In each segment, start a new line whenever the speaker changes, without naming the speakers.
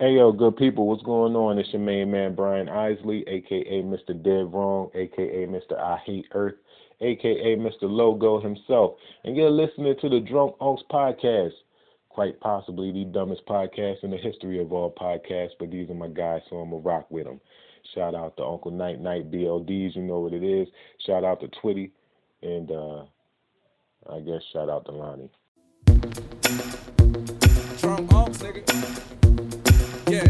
Hey yo, good people, what's going on? It's your main man Brian Isley, aka Mr. Dead Wrong, aka Mr. I Hate Earth, aka Mr. Logo himself, and you're listening to the Drunk Unks podcast, quite possibly the dumbest podcast in the history of all podcasts. But these are my guys, so I'ma rock with them. Shout out to Uncle Night Night BLDs, you know what it is. Shout out to Twitty, and uh, I guess shout out to Lonnie.
Drum off, nigga. Yeah.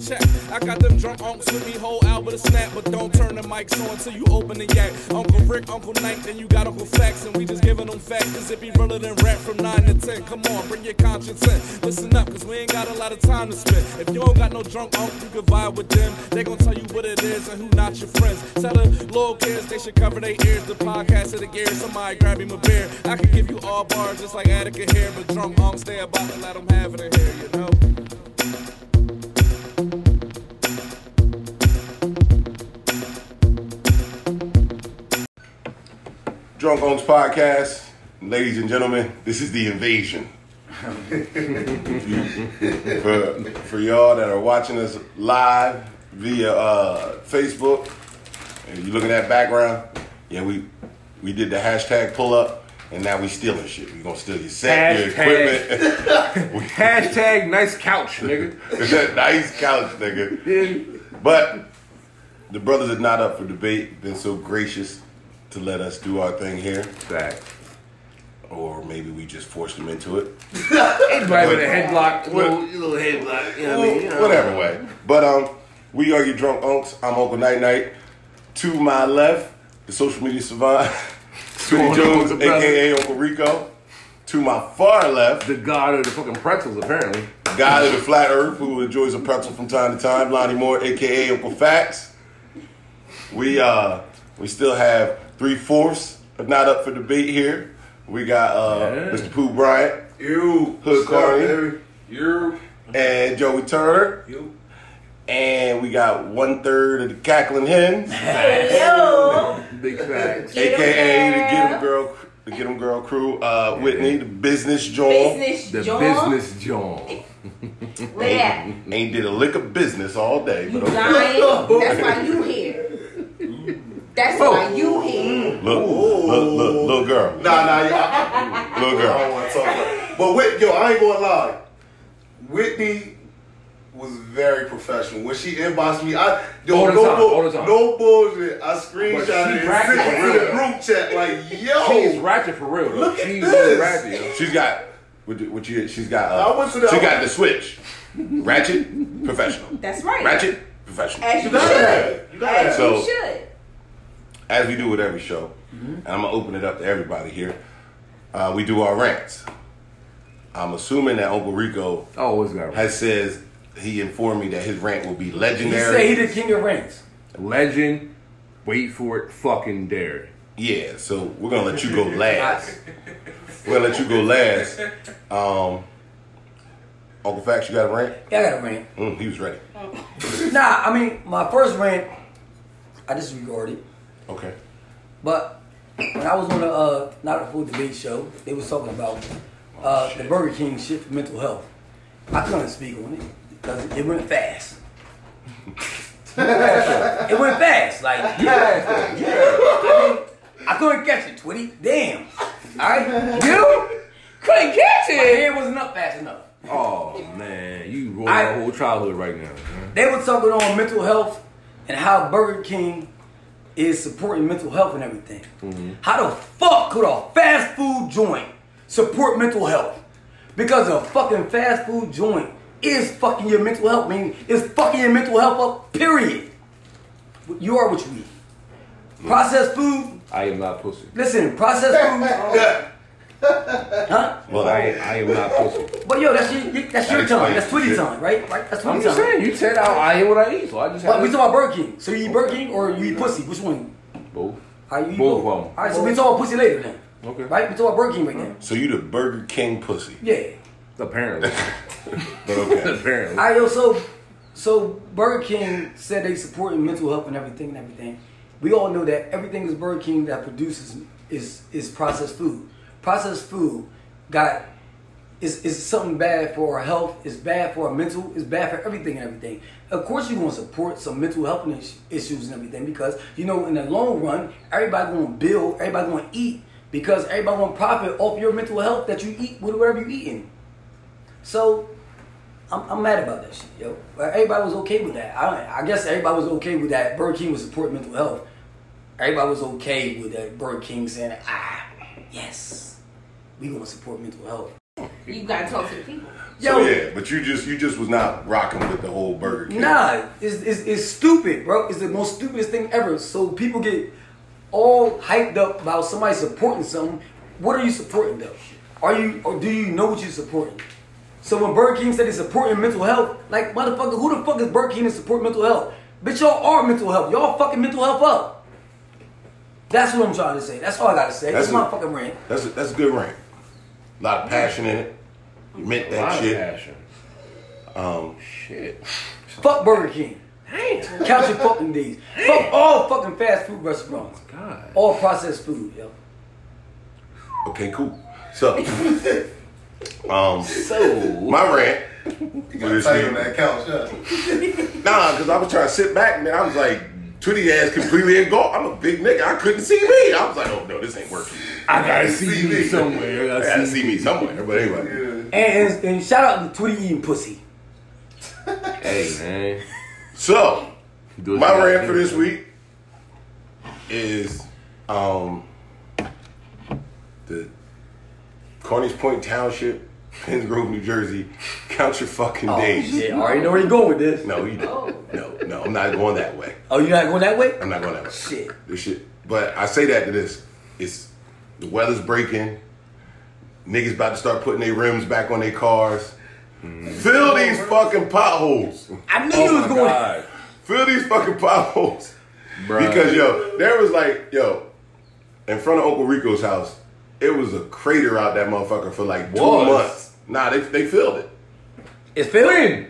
Check. I got them drunk unks with me, whole Albert a snap, but don't turn the mics on till you open the yak. Uncle Rick, Uncle Nate, then you got Uncle Fax, and we just giving them facts, cause it be realer than rap from 9 to 10. Come on, bring your conscience in. Listen up, cause we ain't got a lot of time to spend. If you don't got no drunk unk, you can vibe with them. They gon' tell you what it is and who not your friends. Tell the little kids they should cover their ears. The podcast of the gear, somebody grab him a beer. I can give you all bars just like Attica here, but drunk unks, they about to let them have it in here, you know?
Drunk Owns Podcast. Ladies and gentlemen, this is the invasion. for, for y'all that are watching us live via uh, Facebook, and you looking at background, yeah, we we did the hashtag pull up, and now we stealing shit. We gonna steal your set, your
Hashtag.
equipment.
Hashtag nice couch, nigga.
nice couch, nigga. But the brothers are not up for debate. Been so gracious to let us do our thing here,
Fact.
or maybe we just forced them into it.
Everybody with a headlock.
What-
little, little headlock. You know what I mean? You know.
whatever way. But um, we are your drunk unks. I'm Uncle Night Night. To my left, the social media savant, Sweetie
on,
Jones,
Uncle Brother?
aka Uncle Rico. To my far left,
The god of the fucking pretzels, apparently.
the guy of the flat earth who enjoys a pretzel from time to time, Lonnie Moore, aka Uncle Facts. We uh, we still have three fourths of not up for debate here. We got uh,
Yeah.
Mr. Pooh Bryant
You.
Hood Cardi.
You.
and Joey Turner.
You.
And we got one third of the cackling hens.
Yo,
Big facts.
Get 'em
aka the Get 'em
Girl.
Girl, the Get 'em Girl crew. Uh, Whitney, the business joint,
business,
The
John.
business John.
Where that?
ain't did a lick of business all day,
You
but okay.
lying? That's why you here. That's why you here.
Look, look, look, little girl,
Nah, nah, yeah. I, I
little
don't
girl.
want to talk about it. But Whit, yo, I ain't gonna lie. Whitney was very professional. When she inboxed me, I yo,
All the
no,
time,
bull-
all the time.
no bullshit. I
But she
screenshot it and
ratchet
sent
for
it to the
real.
group chat like, yo.
She's ratchet for real, though.
Look at
She's
this.
ratchet, yo.
She's got what, you- what you? She's got. Uh,
I went to that
she
one.
got the switch. Ratchet, professional.
That's right.
Ratchet, professional.
As
you
you
gotta have
should.
it. You gotta have
As
it.
So-
you should.
as we do with every show, and I'm gonna open it up to everybody here. Uh, we do our rants. I'm assuming that Uncle Rico
Always got a
has says he informed me that his rant will be
He said he
legendary.
the king of rings.
legend. Wait for it, fucking dare.
yeah, so we're gonna let you go last. we're gonna let you go last. Um, Uncle Facts, you got a rant?
Yeah, I got a rant.
Mm, he was ready.
Nah, I mean, my first rant, I disregarded.
Okay.
But when I was on the uh, Not a Food Debate show, they was talking about
Oh,
uh,
shit.
the Burger King shit for mental health. I couldn't speak on it because it went fast. it went fast. Like, yeah, yeah. I couldn't catch it, Twitty. Damn. All right? You? Couldn't catch it. My hair wasn't up fast enough.
Oh, man. You ruined
I-
my whole childhood right now. man.
They were talking on mental health and how Burger King is supporting mental health and everything. How the fuck could a fast food joint support mental health? Because a fucking fast food joint is fucking your mental health, meaning it's fucking your mental health up, period. You are what you eat. Processed food,
I am not pussy.
listen, processed food. huh?
Well,
I, I am not pussy.
But yo, that's your, that's your
That
tongue.
explains
That's Twitty
shit.
tongue, right? Right? That's
I'm
Twitty
just
tongue.
saying, you said I, I am what I eat, so I just
But
have
we
to
talking about Burger King. So you eat Burger King or you eat pussy? Which one?
both.
How you eat
Both of 'em.
All right, so we talk about pussy later then.
Okay.
Right? We talk about Burger King right now.
so you the Burger King pussy,
Yeah.
Apparently.
but okay.
Apparently.
All right, yo. So, so Burger King said they supporting mental health and everything and everything. We all know that everything is Burger King that produces is is processed food. Processed food got It's, it's something bad for our health. It's bad for our mental. It's bad for everything and everything. Of course, you're going to support some mental health and is- issues and everything because you know in the long run, everybody going to build, everybody going to eat because everybody going to profit off your mental health that you eat with whatever you eating. So I'm, I'm mad about that shit, yo. Like, Everybody was okay with that. I, don't- I guess everybody was okay with that. Burger King was supporting mental health. Everybody was okay with that. Burger King saying, ah, yes, we gonna support mental health.
You gotta talk to the people.
Yo,
So yeah, but you just you just was not rocking with the whole Burger King.
Nah, it's, it's, it's stupid, bro. It's the most stupidest thing ever. So people get all hyped up about somebody supporting something. What are you supporting though? Are you or do you know what you're supporting? So when Burger King said it's supporting mental health, like motherfucker, who the fuck is Burger King to support mental health? Bitch, y'all are mental health. Y'all fucking mental health up. That's what I'm trying to say. That's all I gotta say. That's,
That's
my
it.
fucking rant.
That's a, that's a good rant. A lot of passion in it. You meant
A lot
that
of
shit.
passion.
Um,
Shit.
Fuck Burger King.
Damn.
Count your fucking days. Fuck all fucking fast food restaurants.
God.
All processed food, yo.
okay, cool. So, um,
So.
my rant.
You got on that couch, yeah.
Nah, because I was trying to sit back, and then I was like, Twitty ass completely engulfed. I'm a big nigga. I couldn't see me. I was like, oh no, this ain't working.
I gotta see me somewhere. I
I
gotta
gotta
see
see me somewhere. But anyway,
And, and, and shout out to Twitty eating pussy.
hey.
Man.
So,
Do what you
my
gotta
rant for
do,
this
man.
week is um the Carney's Point Township, Pengrove, New Jersey. Count your fucking
Oh,
days.
Yeah, I already know where you're going with this.
No, you don't. No, no, I'm not going that way.
Oh, you're not going that way?
I'm not going that way.
Shit.
This shit. But I say that to this. It's the weather's breaking. Niggas about to start putting their rims back on their cars. Fill these fucking potholes.
I knew you
Oh
was
my
going.
God.
Fill these fucking potholes.
Bruh.
Because yo, there was like yo, in front of Uncle Rico's house, it was a crater out that motherfucker for like two
Was?
months. Nah, they they filled it.
It's Philly,
You,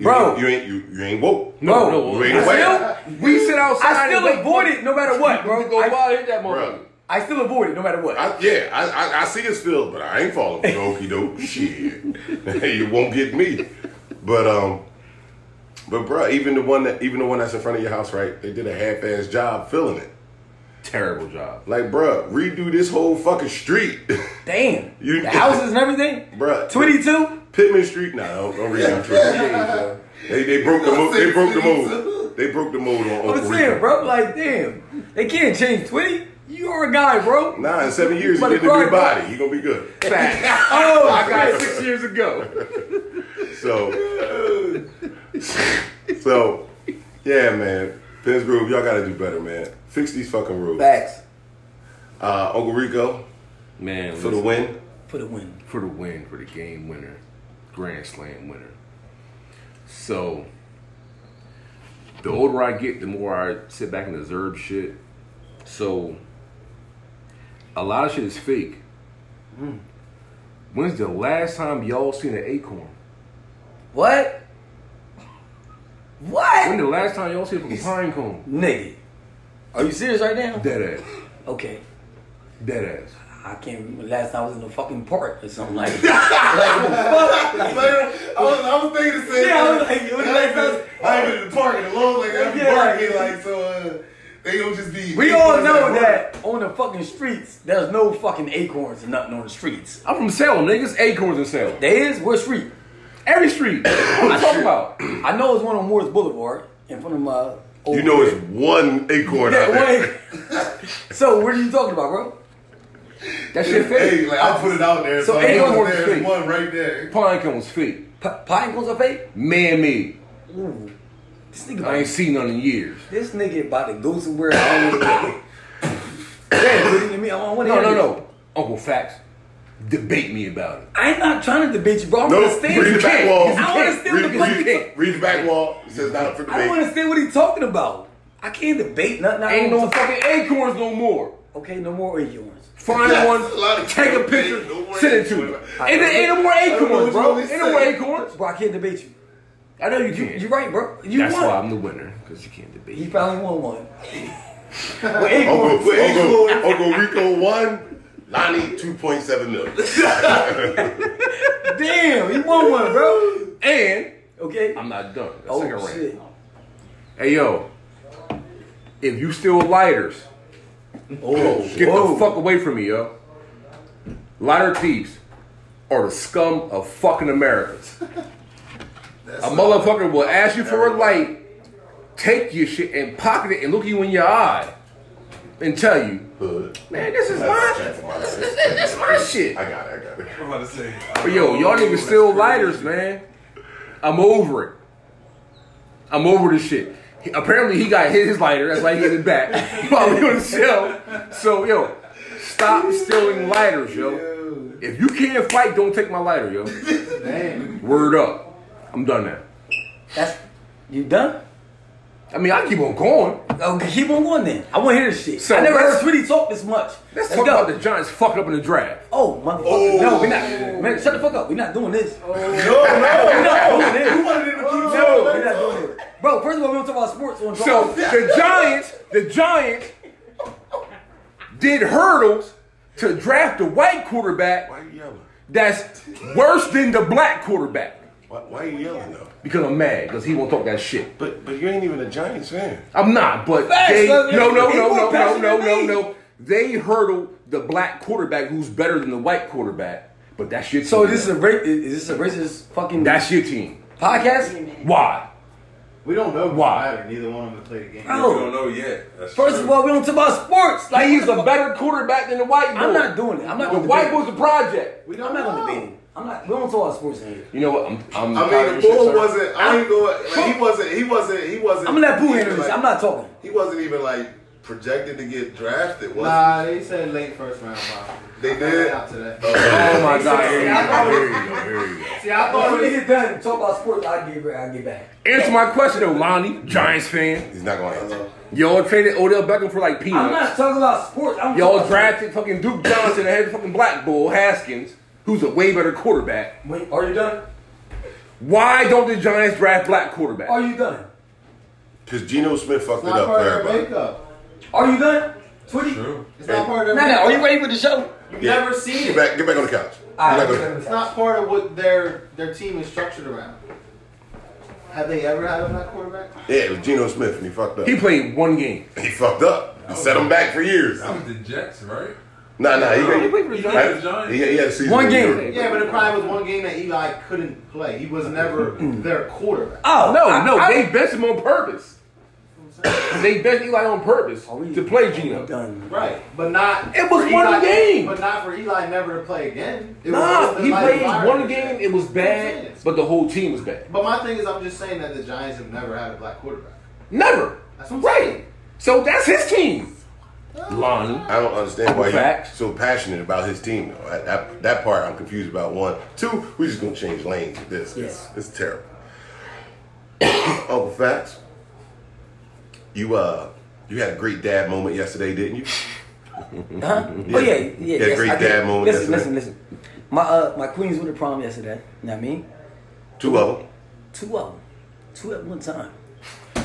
bro.
you ain't you, you ain't woke.
No,
Bro,
no,
you ain't
I
awake.
still- we sit outside.
I
and
still
wait
avoid
for-
it no matter what, bro.
We Go
I,
wild hit that motherfucker.
Bruh.
I still avoid it no matter what.
I, yeah, I, I I see it's filled, but I ain't falling for okie doke shit. you won't get me. But um, but bruh, even the one that even the one that's in front of your house, right? They did a half ass job filling it.
Terrible job.
Like bruh, redo this whole fucking street,
Damn.
You-
the houses and everything?
bruh.
Twenty-two.
Pittman Street. Nah, don't, don't read them Twitter. They they broke the mo- they broke the mold. They broke the mold on
I'm
Uncle Rico.
saying, bro. Like, damn. They can't change Twitty. You're a guy, bro.
Nah, in seven years you
But
get a
Cardi-
new body. You gonna be good.
Oh,
I got it six years ago.
So, so, yeah, man. Pins Groove, y'all gotta do better, man. Fix these fucking rules.
Facts.
Uh, Uncle Rico
Man,
for the win.
For the win.
for the win, for the game winner, grand slam winner. So, the older I get, the more I sit back and observe shit. So, a lot of shit is fake. When's the last time y'all seen an acorn?
What?
When
What?
the last time y'all seen a fucking pine cone?
Nigga. Are you serious right now?
Dead ass.
Okay.
Dead ass.
I can't remember the last time I was in the fucking park or something like that. like, what the fuck? Like,
Like, I was, I was thinking the same
Yeah, I was
thing.
like, yo,
And I
like,
said, I ain't been in the park in a long like every
Yeah,
park
like-
like, like so uh, they gonna just be
we all know that on the fucking streets, there's no fucking acorns and nothing on the streets.
I'm from Salem, niggas. Acorns in Salem.
There is what street?
Every street. What you talking about?
I know it's one on Morris Boulevard in front of my. Old
You know it's one acorn
Yeah,
out there.
wait. so what are you talking about, bro?
That shit
Hey,
fake.
like I put it out there.
So
So,
ain't
ain't
no
one
more
there,
street.
there's one right there.
Pine cones fake.
P- pine cones are fake.
Man-made.
Ooh, this nigga.
I
About,
ain't seen none in years.
this nigga about to go somewhere. I don't know. Damn, dude, let me. I want to
No, no, no. Uncle Facts, debate me about it.
I'm not trying to debate you, bro. I
No,
want to stand.
read the back wall.
I don't understand
Read,
what the fuck
read-
you talking-
read the back wall. It says not up for
I don't
debate.
understand what he's talking about. I can't debate nothing. I
Ain't
don't
no
talk-
fucking acorns no more.
Okay, no more acorns.
Find
That's
one,
a lot of
take a
acorns.
picture,
No more
send it to me.
acorns.
Ain't, ain't no more
don't know
acorns,
what
bro.
you
Ain't no more
said.
acorns.
Bro, I can't debate you.
I know you
you
can.
you're right, bro. You
That's
won.
why I'm the winner, because you can't debate.
He
me.
finally won one. With acorns.
Uncle, Uncle, Uncle Rico won. Lonnie, two point seven million.
Damn, you won one, bro.
And
Okay.
I'm not done. That's
oh
second round.
shit.
Hey yo, if you steal lighters,
Oh,
get
whoa.
the fuck away from me, yo. Lighter thieves are the scum of fucking Americans. a motherfucker will ask you for a light, take your shit and pocket it and look you in your eye and tell you, man, this is my, this, this is my shit.
I got it. I got it.
I'm about to say.
But yo, y'all niggas still lighters, man. I'm over it. I'm over this shit. He- apparently, he got hit his lighter. That's why he hit it back. He Probably on the shelf. So yo, stop stealing lighters, yo. If you can't fight, don't take my lighter, yo. Word up. I'm done now.
That's you done?
I mean, I keep on going.
Okay, keep on going then. I want to hear this shit.
So
I never heard
let's-
Sweetie talk this much.
Let's talk about the Giants fucking up in the draft.
Oh, motherfucker. No, we're not. Man, shut the fuck up. We're not doing this. Oh. No, no. We're not doing this. You wanted to keep No, we're not doing this. Bro, first of all, we want to talk about sports on
So the Giants, the Giants did hurdles to draft a white quarterback.
Why you yelling?
that's worse than the black quarterback.
Why, why you yelling though?
Because I'm mad, because he won't talk that shit.
But but you ain't even a Giants fan.
I'm not, but
Facts,
they
brother.
no no
He
no
more
no no
passionate
no
than
no
me.
no. They hurdle the black quarterback who's better than the white quarterback, but that's your team.
So this is a break. Is this a racist fucking
that's your team.
podcast?
Why?
We don't know
Why?
why neither one of them played a game.
We don't
Bro,
know yet. That's
first
true.
of all, we don't talk about sports. Like
Like he's a better quarterback than the white boy.
I'm not doing it. I'm not
The
gonna
white
debate.
boy's the project.
We don't, I'm not gonna debate. it. I'm not. We don't talk about sports in here.
You know what? I'm. I'm
I mean,
tired of
the
your shit,
bull
sir.
wasn't. I ain't going. Like, he wasn't. He wasn't. He wasn't.
I'm gonna let Boo
even,
handle this.
like-
I'm not talking.
He wasn't even like projected to get drafted. Was he?
Nah, they said late first round. Bro.
They
I
did?
got Out to that.
Oh my god! Here you go. Here you go. Here you
See, I thought
When we
it was,
get done and talk about sports, I'll get I'll get back.
go. Answer my question, though, Lonnie, Giants fan.
He's not gonna
Uh-huh.
answer.
Y'all traded Odell Beckham for like peanuts.
I'm not talking about sports. I'm
Y'all
talking
drafted fucking Duke Johnson ahead of fucking Black Bull Haskins, who's a way better quarterback.
About, wait, are you done?
Why don't the Giants draft black
Are
quarterback?
you done?
Cause Geno Smith fucked
it's
it up for
not part of their
everybody.
makeup.
Are you done? Twitty?
It's not part of
Nah,
their
nah,
makeup.
are you ready for the show?
You've
Yeah.
never seen
Get
it.
back, get back on the couch. Get back
All right,
on the
we're
couch.
It's not part of what their their team is structured around. Have they ever had a black quarterback?
Yeah, it was Geno Smith, and he fucked up.
He
He,
played one game.
fucked up. He set him back for years.
That was the Jets, right?
Nah, nah, he,
He
he,
played for the Giants.
had- he, had a season.
One
where he
game.
was-
Yeah, but it probably was one game that Eli couldn't play. He was never their quarterback.
Oh,
No,
I-
no,
I-
they benched him on purpose. they benched Eli on purpose
Are we-
to play
are we
Geno.
Done.
Right, but not.
It was
for
one
Eli-
game.
But not for Eli never to play again. It
Nah,
was
he
Eli
played
fired
one
him.
game. It was bad, but the whole team was bad.
But my thing is, I'm just saying that the Giants have never had a black quarterback.
Never.
That's what I'm
Right.
saying.
So that's his team. Lonnie.
I don't understand why
Facts.
he's so passionate about his team. Though. That, that that part I'm confused about. One, two, we just gonna change lanes with this. It's, it's terrible. Uncle Facts, you uh, you had a great dad moment yesterday, didn't you?
Huh? Oh yeah, yeah.
Yeah,
yes,
great
I did.
dad moment
Listen, listen,
yesterday.
listen. My uh, my queens went to prom yesterday. You know what I mean?
Two of them.
Two of them, two at one time,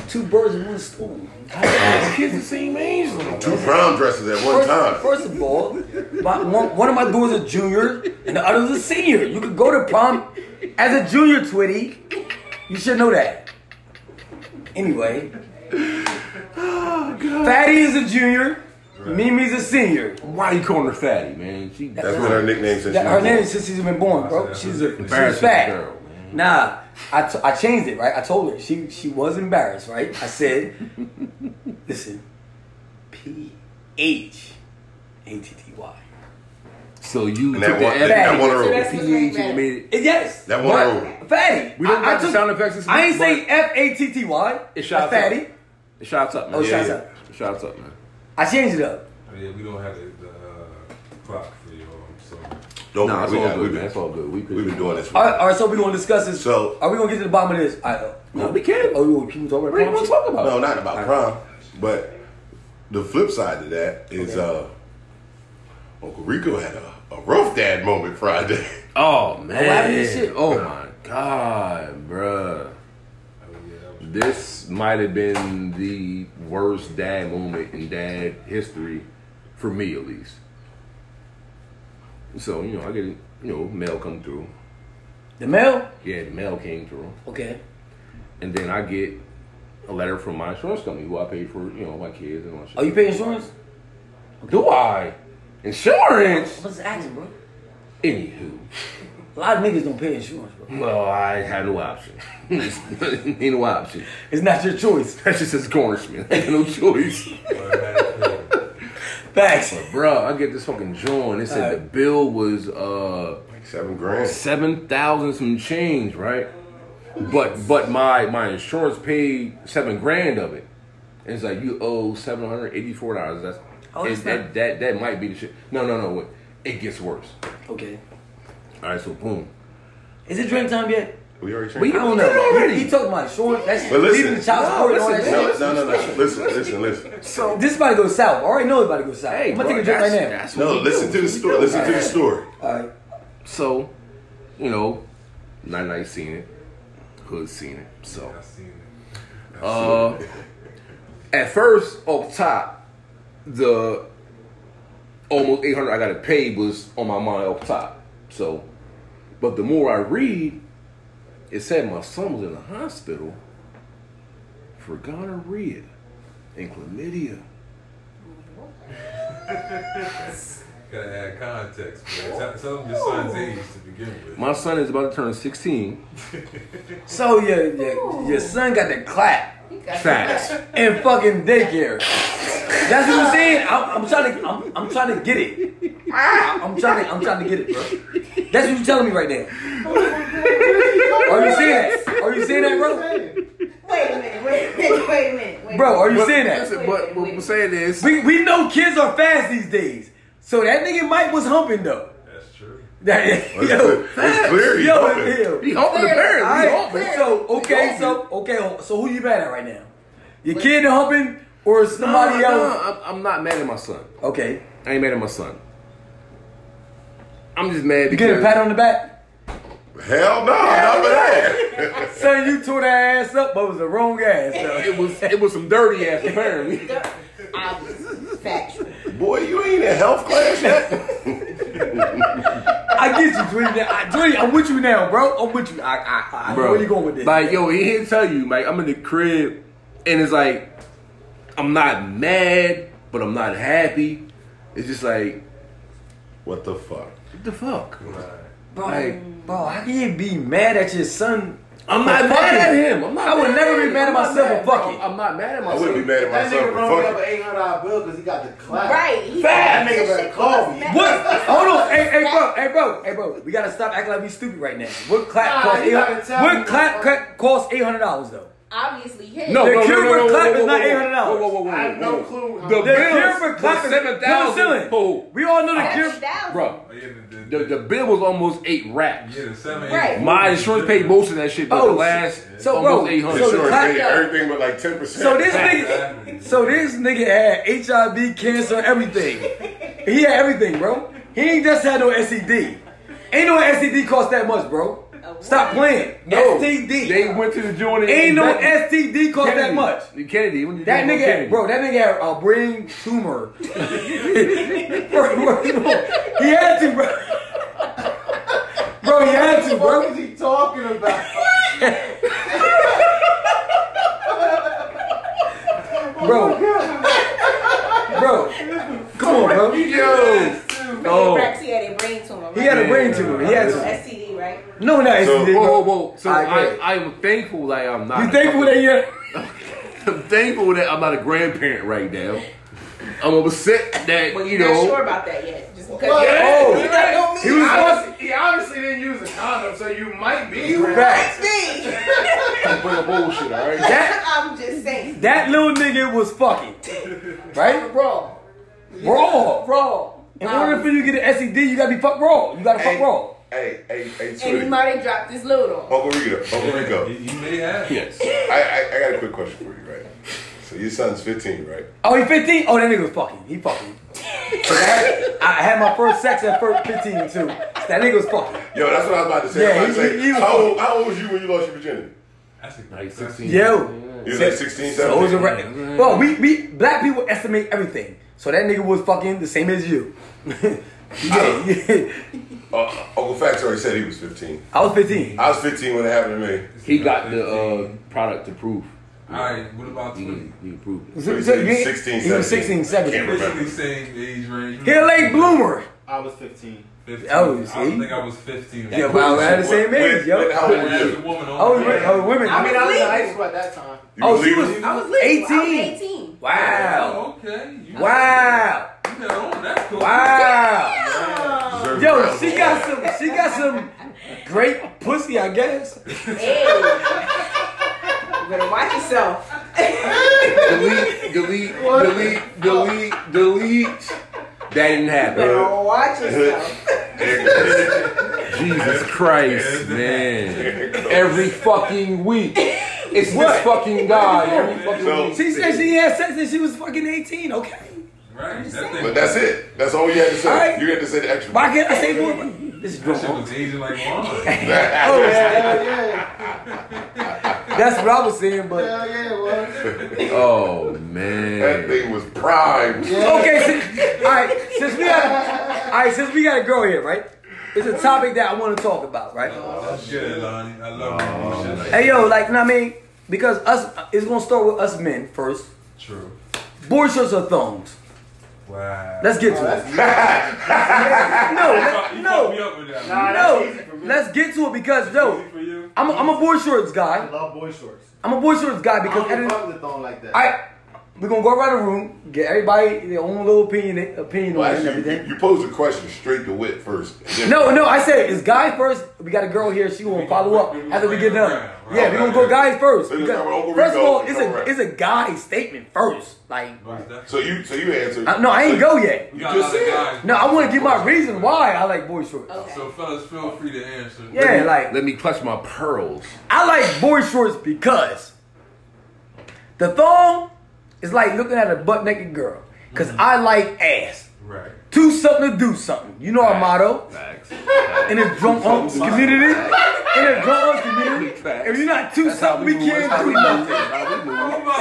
two birds in one stone.
Kids the same age.
Two prom dresses at one
First,
time.
first of all, my, one, one of my boys is a junior and the other's a senior. You could go to prom as a junior, Twitty. You should know that. Anyway,
Ah,
Fatty is a junior, Mimi's a senior.
Why you calling her fatty, man? She
That's been her nickname since
That,
she
her
was
name
born.
since she's been born, bro. She's a she's
Embarrassing
fat.
girl, man.
Nah, I, t- I changed it, right? I told her she she was embarrassed, right? I said, listen, P H A T T Y.
So you
And that
took the
one, that,
F-
that one
So
room.
that's what's wrong
PH
with
and
it.
made it.
It- Yes.
That one
but
room.
Fatty.
We don't
I,
got
I
the
took-
sound effects this
I ain't
month,
say F A T T Y.
It shouts
Fatty.
up. Shouts up, man.
Oh, shouts up.
Shouts up, man.
I changed it up.
Yeah, we don't have the, the uh, clock for y'all. So
Don't
Nah,
worry,
it's
we
all
got,
good,
we've,
man. It's
been,
all good. Oh, We
we've been doing this. For
All right, all right so we're going to discuss this.
So-
are we going to get to the bottom of this? I, uh,
No, we can't.
Oh, you people talk about
What do you want to talk about?
No, not about prom. But the flip side to that is uh, Uncle Rico had a, a rough dad moment Friday.
Oh man.
happened to shit?
Oh my god, bruh. This might have been the worst dad moment in dad history, for me at least. So you know, I get you know mail come through.
The mail?
Yeah, the mail came through,
Okay.
and then I get a letter from my insurance company who I pay for. You know, my kids and all that shit.
Oh, you pay insurance?
Do I? Insurance.
What's the action, bro?
Anywho,
A lot of niggas don't pay insurance, bro.
well, I had no option. Ain't no option.
It's not your choice.
That shit says garnishment. Ain't no choice.
Facts.
Bruh, I get this fucking joint. It said the
Alright.
bill was uh
Seven grand.
seven thousand some change, right? But but my my insurance paid seven grand of it. And it's like you owe seven hundred eighty four dollars. That's
Oh,
and
that's
that,
not-
that that might be the shit. No no no. Wait. It gets worse.
Okay.
All right, so boom.
Is it drink time yet?
We already changed.
We-
I don't
It's
know.
already.
He, he talking about insurance. That's
But listen.
leaving the child
No,
support and all that
listen,
shit.
no,
shit.
no, no, no. Listen, listen, listen.
So
This is about to go south. I already know it's about to go south.
hey,
I'm gonna
bruh,
take a drink right
that's-
now.
that's what
No,
we
listen
do.
to the story. Listen to the story.
All right.
So, you know, Night Night seen it. Hood seen it. So, uh, at first, up top, the almost 800 I got to pay was on my mind up top. So, but the more I read, it said my son was in the hospital for gonorrhea and chlamydia.
Gotta add context, man. Tell, tell them your son's age to begin with.
My son is about to turn 16.
So your, your your son got the clap
Facts.
in fucking daycare. That's what I'm saying. I'm, I'm trying to I'm, I'm trying to get it. I'm trying to I'm trying to get it, bro. That's what you're telling me right now. Are you seeing that? Are you seeing that, bro?
Wait a minute, wait a minute, wait a minute. Wait
Bro, are you
But-
seeing that?
Listen, but what I'm saying is,
We we know kids are fast these days. So that nigga Mike was humping though.
That's true.
That,
It's
yo,
clear- it's clear he
yo,
humping.
yo.
He humping the parents.
All
He
right,
humping.
so okay, so okay, so who you mad at right now? Your kid humping or somebody
No, no,
else?
I'm, I'm not mad at my son.
Okay,
I ain't mad at my son. I'm just mad
you get a
because
pat on the back,
Hell no, not for that.
son. You tore that ass up, but it was the wrong ass. though.
it was it was some dirty ass apparently.
Obvious. Factual.
Boy, you ain't in health class yet.
I get you, Dwayne. I, Dwayne, I'm with you now, bro. I'm with you. I, I, I know where you going with this.
Like yo, he didn't tell you. Like I'm in the crib, and it's like I'm not mad, but I'm not happy. It's just like
What the fuck?
what the fuck.
bro,
like-
bro, how can you be mad at your son?
I'm
for
not
fucking?
mad at him. I'm not
I would
mad
never
at
be
him.
mad at
I'm not
myself
mad.
for fucking.
I'm not mad at
I
myself.
wouldn't be mad at
That
myself
nigga
for
wrong up
fucking.
an eight hundred dollar bill because he got the clap.
Right. he-
That nigga better
shit
call
was
me.
back.
What? Hold on, hey, hey, bro, hey, bro, hey, bro. We gotta stop acting like we stupid right now. What clap
Nah,
cost?
you gotta
800
tell me.
What clap clap cost eight hundred dollars though?
Obviously, him.
No,
The
no, no,
cure
no,
for
no,
clap
whoa, whoa,
is not
whoa, whoa,
$800.
Whoa, whoa, whoa, whoa,
I have no
whoa.
clue.
The
How
The cure
bill
for
for
clap is
seven thousand.
penicillin. We all know the
Seven
cure.
thousand.
bro.
Oh, yeah, the,
The, the bill was almost eight racks.
yeah, the seven.
Right.
My insurance paid most of that shit, but
Oh,
the last
so,
almost
bro,
eight
so
hundred.
the
Sure,
clap-
they- everything but like 10%.
So this
Exactly.
nigga, so this nigga had HIV, cancer, everything. He had everything, bro. He ain't just had no STD. Ain't no STD cost that much, bro. Stop playing.
No,
STD.
They went to the joint. and-
ain't no
back-
STD cost that much.
Kennedy. When you
That
go
nigga,
Kennedy.
had, bro, that nigga had a brain tumor. Bro, bro, bro, he had to, bro. Bro, he had to,
What is
bro.
he talking about?
Bro. Bro. Come on, bro.
Yo.
Oh.
Oh.
Rex, he had a brain tumor. Right?
He had a brain tumor. He had to.
STD, right?
No, no, it's
So,
bro.
Whoa, whoa, whoa. So
I
I,
agree.
I, am thankful that I'm not.
You thankful that you
I'm thankful that I'm not a grandparent right now. I'm upset that
Well,
you
you're
know.
not sure about that yet. Just because.
Oh,
You don't mean
he was fucking.
He honestly didn't use a condom, so you might be.
Facts.
I'm full of bullshit. All right.
That
I'm just saying.
that little nigga was fucking, right?
Raw.
Raw, raw. In
Wow.
order for you to get an STD, you gotta be fuck raw. You gotta fuck
Hey,
raw.
hey, hey, hey,
And he
Tweety.
might have dropped his load on.
Uncle Rico, Uncle
You,
Rico.
you may have.
Yes.
I, I, I got a quick question for you, right? So your son's 15, right?
Oh, he 15? Oh, that nigga was fucking. He fucking. 'Cause I had, I had my first sex at first 15 too. That nigga was fucking.
Yo, that's what I was about to say.
Yeah,
I was about to say,
he- he- he was-
how, old, how old was you when you lost your virginity?
That's a
Like
that's-
sixteen.
Yo.
You was like 16,
So it was
17?
a re- Bro, we, we, black people estimate everything. So that nigga was fucking the same as you. Yeah, yeah.
Uh, Uncle Facts already said he was 15.
I was 15.
I was 15 when it happened to me.
He got the uh, product to prove.
All right, what about
You
twenty?
can, you can prove it.
So-
he
so
said he was
you-
16,
He was
17.
16, 17.
Can't remember.
Basically same age range.
He a late bloomer.
I was 15.
15.
Oh,
I don't
see?
think I was fifteen.
Yeah, but I was at the same age, yo.
When- when- how old were
As a
you?
woman,
I was
only.
with oh, women.
I mean, I was in
legal.
high school at that time.
You
oh, she was
legally-
I was legal. I was
18.
18.
Wow.
Oh, okay. You
Wow.
You got on. That's cool.
Wow.
Oh,
deserved a
Yo,
round
she
of
got
applause.
some she got some great pussy, I guess.
hey. You better watch yourself.
delete, delete, delete, delete, delete. That didn't happen.
Better watch yourself.
Jesus Christ, man. Every fucking week. It's
What?
this fucking guy. Every fucking
So-
week.
She said she had sex and she was fucking 18, okay.
Right. That thing.
But that's it. That's all you had to say.
Alright.
You had to say the extra.
Why can't I say more? This is
That shit
drunk.
was aging like wine.
Oh, yeah.
Hell yeah.
That's what I was saying, but
Hell yeah, boy.
Oh
That
man.
thing was primed.
okay. Since, all right, since we got all right, since we got a girl here, right? It's a topic that I want to talk about, right?
That's good, Oh, Lonnie. I love you. Shit like
Hey, yo, like, you know what I mean? Because us, it's gonna start with us men first.
True.
Board shorts or thongs?
Wow.
Let's
Oh,
get to it. no, let,
You fucked me
no,
up with that. one.
no. Let's get to it because yo,
For you.
I'm a, I'm a board shorts
I
guy.
love boy shorts.
I'm a board shorts guy
I
because
don't
at
even
the- all
fuck with thong like that.
right, we're gonna go around the room, get everybody their own little opinion, opinion
Well,
on it and
actually, you,
everything.
you posed the question straight to Wit first. and then-
No, no, I said it's guy first. We got a girl here. She gonna follow up after we get done. Yeah, we're gonna go guys first.
So you
because-
start with Uncle
first of
Rico,
all, it's
Uncle
a
Rick.
it's a guy statement first. Like,
Most definitely.
So you, so you answered.
I, Uh, no, I ain't go yet.
We
You
got
just
a lot of
said.
guys.
No, I want to give my reason why I like boy shorts.
So fellas, feel free to answer.
Yeah, like
Let me clutch my pearls.
I like boy shorts because the thong is like looking at a butt naked girl. because I like ass.
Right.
Do something to do something. You know our motto.
Facts.
In a drunk uncles community. In a drunk uncles community. If you're not two something, we can't do nothing.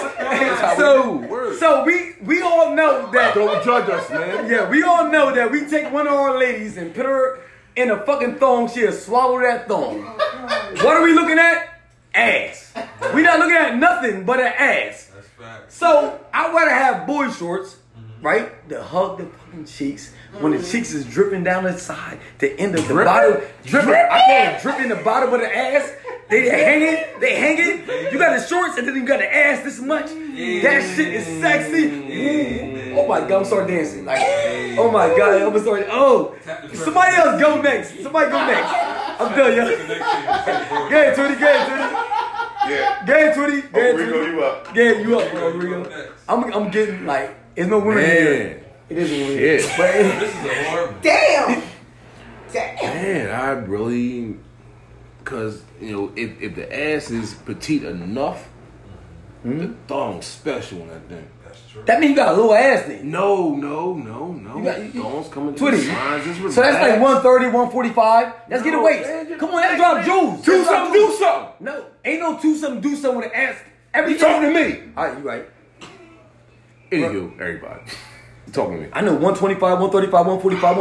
So, so we we all know that
Don't judge us, man.
Yeah, we all know that we take one of our ladies and put her in a fucking thong, she'll swallow that thong. What are we looking at? Ass. we not looking at nothing but an ass.
That's facts.
So I'd rather have boy shorts, right? To hug the fucking cheeks when the cheeks is dripping down the side, the end of the
Dripping?
bottom. Dripping. I call it dripping the bottom of the ass. They hang it, they hang it. You got the shorts and then you got the ass this much. That shit is sexy. Ooh. Oh my god, I'm starting dancing. Like, oh my god, I'm starting. Oh, somebody else go next. Somebody go next. I'm done, yo.
Next thing,
Go ahead, Tootie. Go ahead, Tootie.
Yeah.
Go ahead, Tootie. Go ahead,
Uncle Oh, Rico,
Tootie.
you up?
Yeah, you up, bro,
Rico, you
Rico.
up next.
I'm, I'm getting like, it's no women here.
Man.
It is a women.
Shit.
But it,
this is a horrible.
Damn. Damn.
Man, I really, cause you know, if, if the ass is petite enough,
Hmm?
the thong's special on that thing.
That's true.
that means you got a little ass then.
No, no, no, no.
You got- you-
thongs coming to
Twitty.
the lines. It's
So that's like
relaxed.
130, 145. Let's get
No,
away.
man, just
Come on, let's drop
relax,
jewels.
Do
Let's drop
something, do
jewels.
something.
No, ain't no two something, do something with an ass.
You
Everything.
talking to me?
All right, you right.
Anywho, everybody, you talking to me?
I know 125, 135, 145,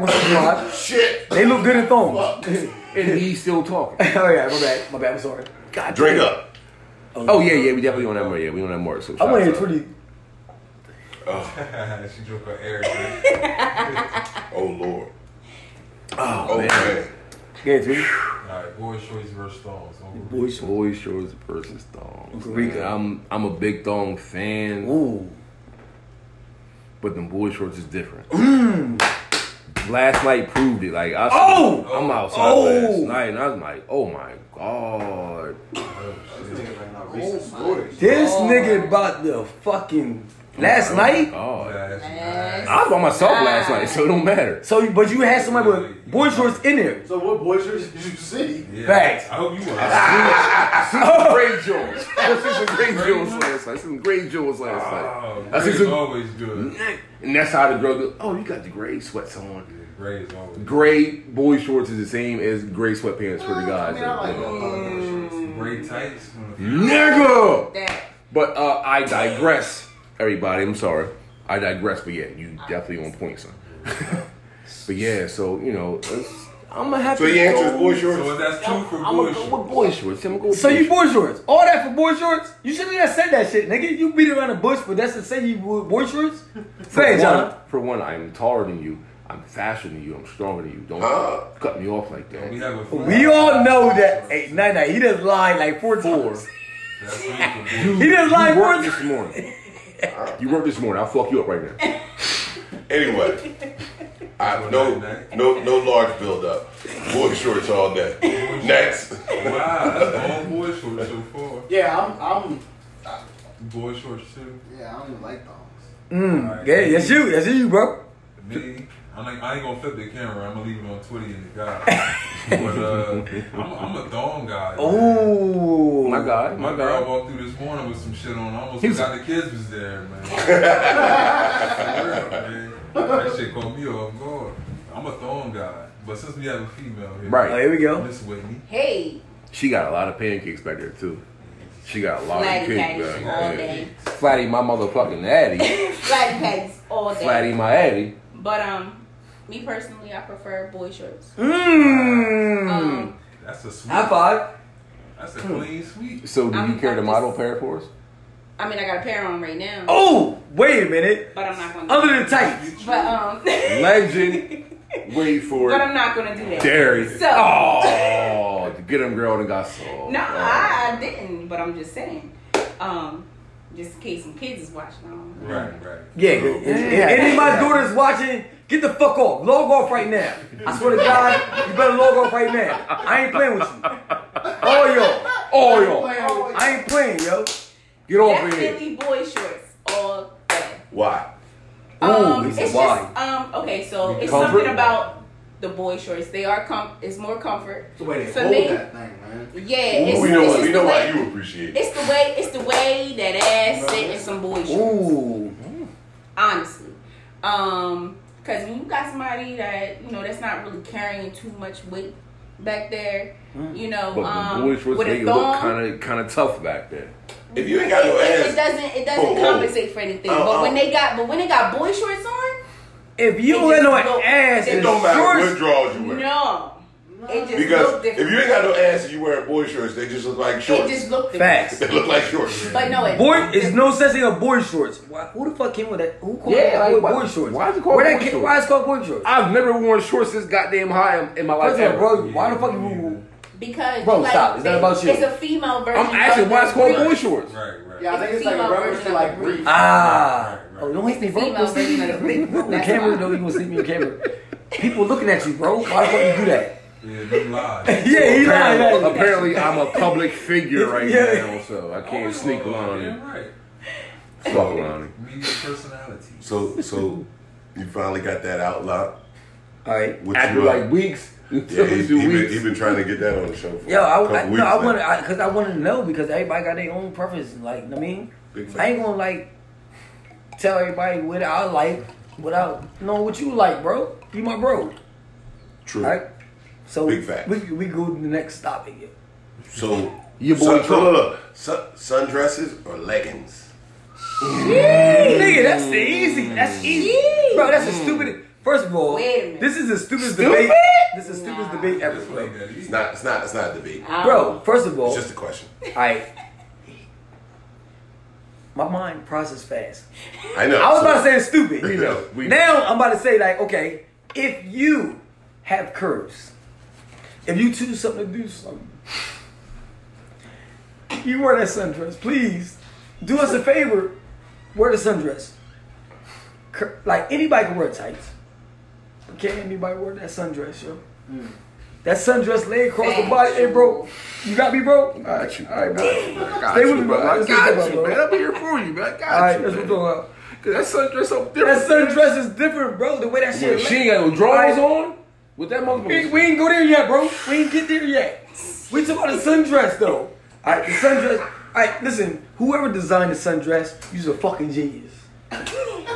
155, 165.
Shit.
they look good in thongs. oh,
And he's still talking.
yeah, my bad. My bad, I'm sorry. God
Drink up.
Oh yeah, yeah, we definitely on that mark. Yeah, we on that mark. So
I want to hear
shout out.
Twitty.
she drunk her air. man.
Oh Lord.
Oh,
Oh
man.
man.
Yeah, Twitty.
All right, boy, shorts versus thongs. Don't go-
Boy, sh-
Boy shorts versus thongs.
Rico.
Man, I'm I'm a big thong fan.
Ooh.
But them boy shorts is different. Last night proved it. Like I
Oh!
I'm outside
Oh!
last night and I was like, oh my god.
Oh,
Oh,
This nigga bought the fucking last night.
God.
That's
Yes.
I was by myself last night, so it don't matter.
So, you- but you had somebody with boy shorts in there.
So what boy shorts did you see?
Yeah.
Facts.
I hope you were.
Great jewels. I seen some great jewels last night. I seen some great jewels last
Oh,
night. I
Gray
seen
is
some
always good.
and that's how the girl goes, Oh, you got the gray sweats on.
Gray is always good.
Gray boy shorts is the same as gray sweatpants for the guys.
I like that color boy shorts.
Gray tights. Mm. when the-
Nigga!
That.
But uh, I digress, everybody. I'm sorry. I digress, but yeah, you definitely on point, son. But yeah, so you know, it's, I'm a happy.
So your answer is boy
Oh.
shorts.
So if that's two for
I'm gonna go
bullshit.
with boy shorts. I'm gonna go with
So
boy
you
shorts.
boy shorts? All that for boy shorts? You shouldn't have said that shit, nigga. You beat around the bush, but that's to say you wore boy shorts. Say it, John.
One, for one, I'm taller than you. I'm faster than you. I'm stronger than you. Don't
Uh,
cut me off like that.
We have a
We all know that. Hey, nah, nah, he just lied like four times.
That's three for bullshit.
He just lied
You
four
worked
times.
this morning. You worked this morning. I'll fuck you up right now.
Anyway, I, no, no, no large build up. Boy shorts all day. Next,
Wow, that's all boy shorts so far.
Yeah, I'm. I'm.
Boy shorts too.
Yeah, I don't even like thongs.
Alright.
Yeah, that's you. That's you, bro.
Me, I'm like, I ain't gonna flip the camera. I'm gonna leave it on Twitter and the guy. but uh, I'm, I'm a thong guy.
Oh.
man.
Ooh.
My God,
My
my
girl
God.
walked through this morning with some shit on. I almost
He was-
forgot the kids was there, man. For real, man. That shit caught me off guard. I'm a thong guy, but since we have a female here,
Right.
Oh, here we go.
Miss Whitney,
Hey,
She got a lot of pancakes back there too. She got a
Oh,
lot
flatty
of cakes
cakes
back
all
there.
day.
Flatty my motherfucking addy.
Flatty cakes all day.
Flatty my addy.
But um, me personally, I prefer boy shorts.
Mmm.
Um,
that's a sweet.
High five.
That's a clean sweet.
So do
I'm-
you carry the
I'm
model
just-
pair for us?
I mean, I got a pair on right now,
Oh, wait a minute.
but I'm not gonna.
Other than tight.
but um,
Legend. Wait for
but
it.
I'm not gonna do that.
Dairy.
So-
Oh, get him girl and got sold. Oh.
No, I, I didn't. But I'm just saying, um, just in case some kids is watching. I don't know.
Right, right.
Oh, Yeah, if, if any of my daughters watching, get the fuck off. Log off right now. I swear to God, you better log off right now. I ain't playing with you. All y'all. All y'all.
Well,
I ain't playing, yo.
Get over here.
Definitely boy shorts all day.
why?
Um,
Ooh,
it's
he said
just
why?
um okay, so it's
Comfort?
something about the boy shorts. They are com it's more comfort.
the way they
For
hold
me-
that thing, man.
Yeah, it's,
we know
it's
what we
just the
know why
way,
you appreciate it.
it's the way it's the way that ass sit in some boy shorts.
Ooh.
Honestly. Um, cause when you got somebody that, you know, that's not really carrying too much weight back there, you know,
But
um
the boys was
with
they
a
look
thong,
kind of kind of tough back then.
If you ain't got no
it, it
ass,
doesn't it
Oh,
doesn't
oh.
compensate for anything.
Uh,
but when
uh.
they got but when they got boy shorts on,
If you
It
don't let
just
no
look-
ass
it
in
it don't matter
shorts,
what drawers you wear.
no. It just looked
Because
different.
if you ain't got no ass and you wear boy shorts, they just look like
It
shorts.
just looked different.
facts.
they look like shorts.
But no, it
Boy,
looked
it's
different.
no such thing as boy shorts. Why, who the fuck came with that? Who called
Yeah,
that
like,
boy,
why-
boy shorts?
why is it called
Where
boy
that came-
shorts?
Why is it called boy shorts?
I've never worn shorts this goddamn high in, in my life
First of all,
ever.
bro, why the fuck you?
because
Bro,
like,
stop. Is that
they-
about you?
It's a female version.
I'm asking
of
why
the
it's called boy
brief.
shorts.
Right, right.
Yeah, I think it's like a rubber shit, like brief.
Ah.
Right, right.
Oh, don't hate me, bro.
Female
Don't see me.
version of the Greek.
Bro, the
That's
camera,
why.
no, you gonna see me on camera. People looking at you, bro. Why the fuck you do that?
Yeah, them lies.
Yeah, he lied.
Apparently,
like-
apparently I'm a public figure right
Yeah.
now, so I can't sneak around
Yeah,
and
right.
fuck around. and-
Media personality.
So, so you finally got that out loud.
All right.
What
After
you, uh,
like weeks,
yeah,
until
he's,
two
he been,
weeks.
he been trying to get that on the show for
Yo,
a couple
I, I,
weeks
no, I
now.
wanna, I, cause I wanna know because everybody got their own preference. Like, know what I mean,
Big
I
fact.
ain't gonna like tell everybody what I like without knowing what you like, bro. You my bro,
True.
all right? So
Big facts.
we we go to the next topic. yo.
So
Your boy
sun,
Trump.
look, look, look. Sun, sundresses or leggings?
Nigga, that's the easy. That's easy, bro. That's the stupid. First of all,
Wait a minute.
this is the stupidest
Stupid?
debate. This is the stupidest
Nah.
debate ever.
That's what I got.
It's not. It's not. It's not a debate.
I don't
Bro,
know.
first of all,
It's just a question.
I my mind process fast.
I know.
I was about to
so-
say it's stupid.
We know, we know.
now I'm about to say like, okay, if you have curves, if you choose something to do something, you wear that sundress. Please do us a favor. Wear the sundress. Cur- Like anybody can wear tights. But can't anybody wear that sundress, yo? That sundress lay across the body, hey bro. You got me, bro.
I got you. I got you. I got
Stay
you,
with me,
bro.
bro.
I
Let's
got
talk
you,
about
man.
it.
I'll be here for you, man. I got
All right,
you.
that's what
man.
I'm talking about.
Cause that sundress so different.
That sundress is different, bro. The way that shit.
When
lay-
she ain't got no drawers on. With that motherfucker.
We, we ain't go there yet, bro. We ain't get there yet. We talk about the sundress though. All right, the sundress. All right, listen. Whoever designed the sundress, you's a fucking genius.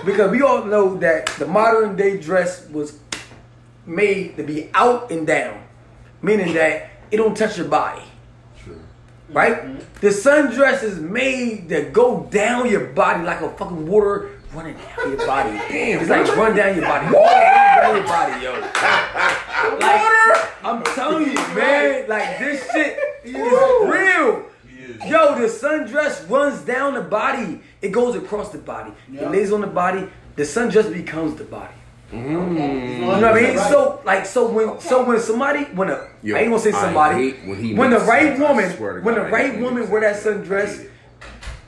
Because we all know that the modern day dress was made to be out and down, meaning that it don't touch your body. Right? The sundress is made to go down your body like a fucking water running down your body. Damn, it's like run down your body. Run down your body, yo. Like, I'm telling you, man. Like this shit is real. Yo, the sundress runs down the body. It goes across the body. It lays on the body. The sundress becomes the body.
Okay.
You know what I mean? So like so when so when somebody when a
Yo,
I ain't gonna say
I
somebody
hate when he
when the
makes
right
sense. I
woman
swear to
when the
God, I hate
right
when he
woman
makes
wear that
sense. I hate
sundress,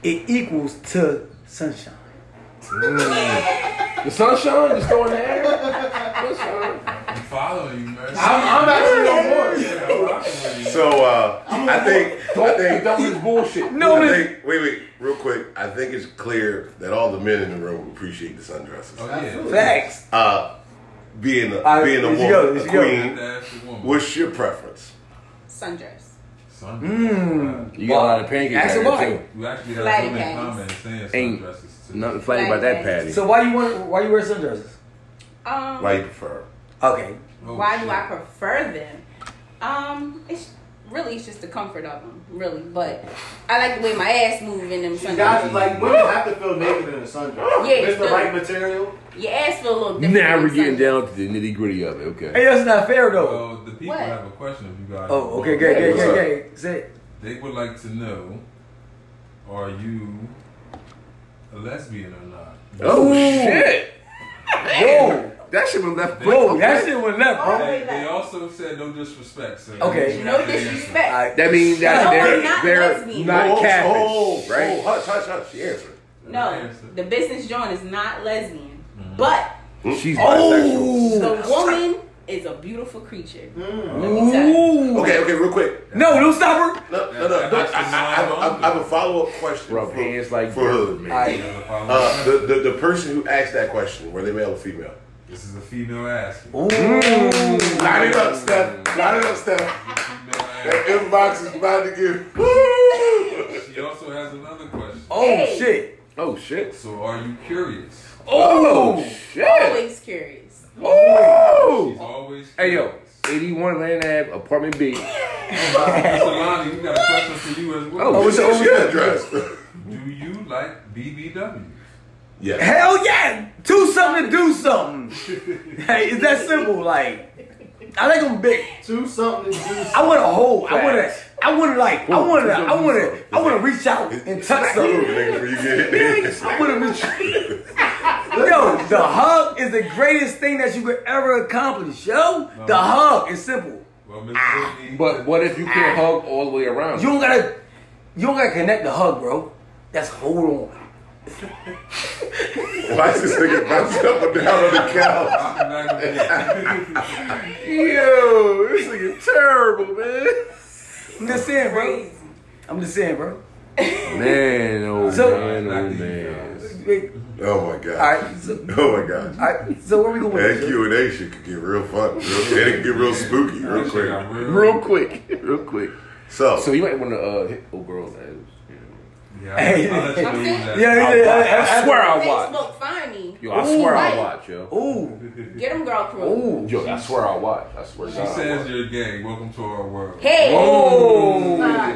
it equals to sunshine.
The sunshine just throwing the air. Sunshine.
I'm following you, man.
I'm, I'm actually on board.
Yeah, I'm rocking with you.
So uh, I think I think
Don't do this bullshit.
No,
I
man.
think, wait, wait, real quick. I think it's clear that all the men in the room appreciate the sundresses.
Oh, yeah.
Facts.
Uh, being a
I-
being a
it's
woman,
yo,
a
it's yo.
queen.
That's the woman.
What's your preference?
Sundress.
Sundress.
You got a lot of pancakes
Ask
out there,
her why.
too.
uh, You actually
Flag
had a woman
patties.
comment saying
Ain't
sundresses too.
nothing funny about that, Patty.
So why you want why you wear sundresses?
Um,
Why you prefer?
Okay.
Oh,
why do
shit.
I prefer them? Um, it's really it's just the comfort of them, really. But I like the way my ass move in them
Guys,
sundresses.
like women have to feel naked in a sundress.
Yeah,
it's the
dude.
right material.
Your ass feel a little different.
now
in
we're getting
sundress.
down to the nitty gritty of it. Okay.
Hey, that's not fair though.
So the people
What?
have a question of you guys.
Oh, okay, good, good,
What's
good,
up?
good. Say it.
They would like to know, are you a lesbian or not?
Oh
Ooh.
shit!
Whoa,
That shit went left.
whoa,
okay.
Oh, that shit went left, bro.
They, they also said no disrespect. So
Okay.
No disrespect.
Alright.
That means
No,
that
I'm not
they're they're
lesbian.
not
oh,
catfish,
oh,
right?
Oh, hush, hush, hush. She answered.
No, the business joint is not lesbian,
Mm-hmm.
but
She's bisexual.
the woman is a beautiful creature. Let me tell you.
Ooh.
Okay, okay, real quick.
No, don't stop her.
No, no, no.
That's
no, I,
the
I, I, have,
sign
I have a follow up question.
Rub hands like
for
dirt,
her.
man.
Alright.
Uh, the, the the person who asked that question were they male or female?
this is a female asking.
Light it up, Steph. Light it up, Steph.
Female
That
asking.
inbox is about to get. Woo!
She also has another question.
Oh
Hey.
shit.
Oh shit!
So are you curious?
Oh, shit!
Always curious.
She's
Oh!
always
Hey yo,
curious.
81 Land Ave, apartment B.
Solani, we got a question for you as well.
Oh,
What's your address?
Do you like BBW?
yeah.
Hell yeah! Do something to do something. hey, it's that simple. Like, I like them big.
Do something to do.
I want to hold. I want to. I want to like. I want to. I want to. I want to reach out and touch
Salute,
something.
nigga, when you get hit.
I want to reach. Yo, the hug is the greatest thing that you could ever accomplish. Yo, the hug is simple.
Well, Miss Whitney,
But what if you can't
Ah.
hug all the way around?
You don't gotta. You don't gotta connect the hug, bro. That's hold on.
Why is this nigga bouncing up and down on the couch?
I'm not gonna
Yo, this nigga terrible, man.
I'm just saying, bro. I'm just saying, bro.
Man, oh
So-
man, oh man.
Wait,
Oh my god.
all right. So,
Oh my god.
all right. So where we going? with
That
this, yo?
Q and A shit could get real fun. Real, it can get real spooky real quick.
Real quick, real quick.
So,
So you might want to uh, hit old girl's ass.
Yeah, I'll let you know that.
Yeah, yeah, yeah,
I swear I watch.
Facebook, find me.
Yo, I swear I
Ooh.
watch, yo.
Ooh,
Get them girl crew.
ooh.
Yo, I swear I watch. I swear. to
She
God, I
says
watch.
you're gay. Welcome to our world.
Hey.
Oh.
But let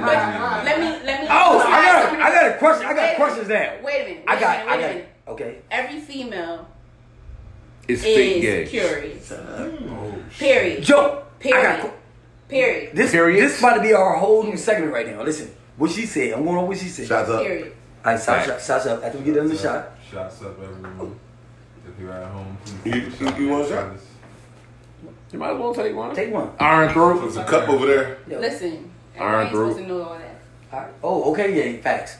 me let me.
Oh, I got, I got a question. I got questions now.
Wait a minute.
I got,
Wait a
I
minute, wait a
got.
minute.
Okay.
Every female
It's fake gay.
is curious.
Oh,
Period.
Joe, I got.
Period.
qu-
Period.
This
Period.
this about to be our whole new segment right now. Listen, what she said. I'm going on what she said.
shots up.
Period.
All right, stop, stop, stop, stop. After we get done with the shot.
Shots up, everyone. If you're at home,
You-
please. take a
you-
shot.
you want a shot?
You might as well take one.
Take one.
Iron throat.
There's a cup over there.
Yo.
Listen.
All
I
right,
ain't
bro.
supposed to know all that.
Alright. Oh, okay, yeah, facts.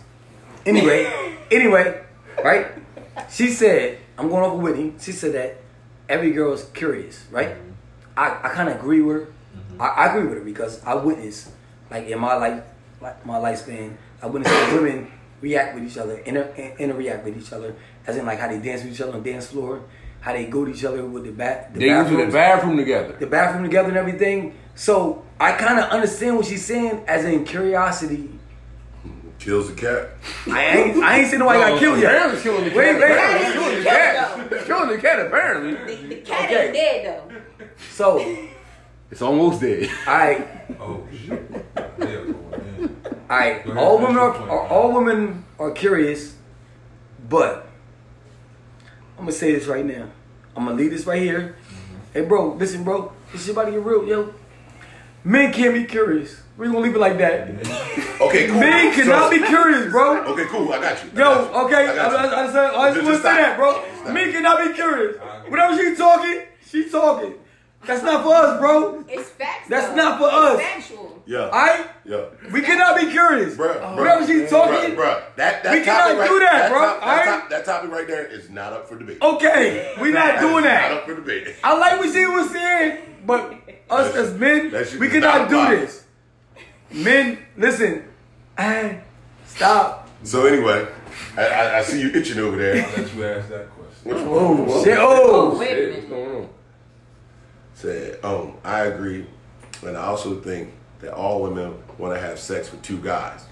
Anyway, anyway, right? She said, I'm going off with Whitney. She said that every girl is curious, right? I, I kind of agree with her.
Mm-hmm.
I, I agree with her because I witnessed, like in my life, like my lifespan, I witnessed women react with each other, inter, inter react with each other, as in like how they dance with each other on the dance floor, how they go to each other with the back. The
They go to the
bathrooms
bathroom together.
the bathroom together and everything. So I kind of understand what she's saying, as in curiosity.
Kills the cat.
I ain't, I ain't seen nobody got killed yet.
Apparently it's killing the cat.
Wait, wait.
Apparently it's killing the cat. It's killing the cat,
The,
apparently.
the cat
Okay.
is dead though.
So
It's almost dead.
I,
Oh, shit. They are going in.
I,
Go ahead,
all
finish
women
your
are,
point,
are
man.
all women are curious, but I'm gonna say this right now. I'm gonna leave this right here.
Mm-hmm.
Hey, bro, listen, bro. This shit about to get real, yo. Men can't be curious. We're gonna leave it like that.
Okay, cool.
Men cannot
So-
be curious,
Oh,
bro.
Okay, cool. I got you. I
Yo,
got you.
okay, I,
I got you.
I, I, just- I just
Just
want to say
stop.
that, bro. Men cannot be curious. Whenever she talking, she talking. That's not for us, bro.
It's facts.
That's
though.
not for
It's
us.
Factual.
Yeah.
All right,
yeah.
we cannot be curious.
Bruh, bruh,
Whenever she talking,
bruh, bruh. That, that
We
topic
cannot
right,
do that, bruh,
top- that,
alright?
top- that topic right there is not up for debate.
okay, we not
is
doing that.
Not up for debate.
I like what she was saying, but us as men,
that shit
we
is
cannot
not
do
allowed.
this. Men, listen, I stop.
So anyway, I, I, I see you itching over there.
I'll let you ask that question.
Which one?
Oh, shit.
Oh,
Oh,
wait
Hey,
a
what's
minute.
going on?
said, um, I agree, and I also think that all women want to have sex with two guys.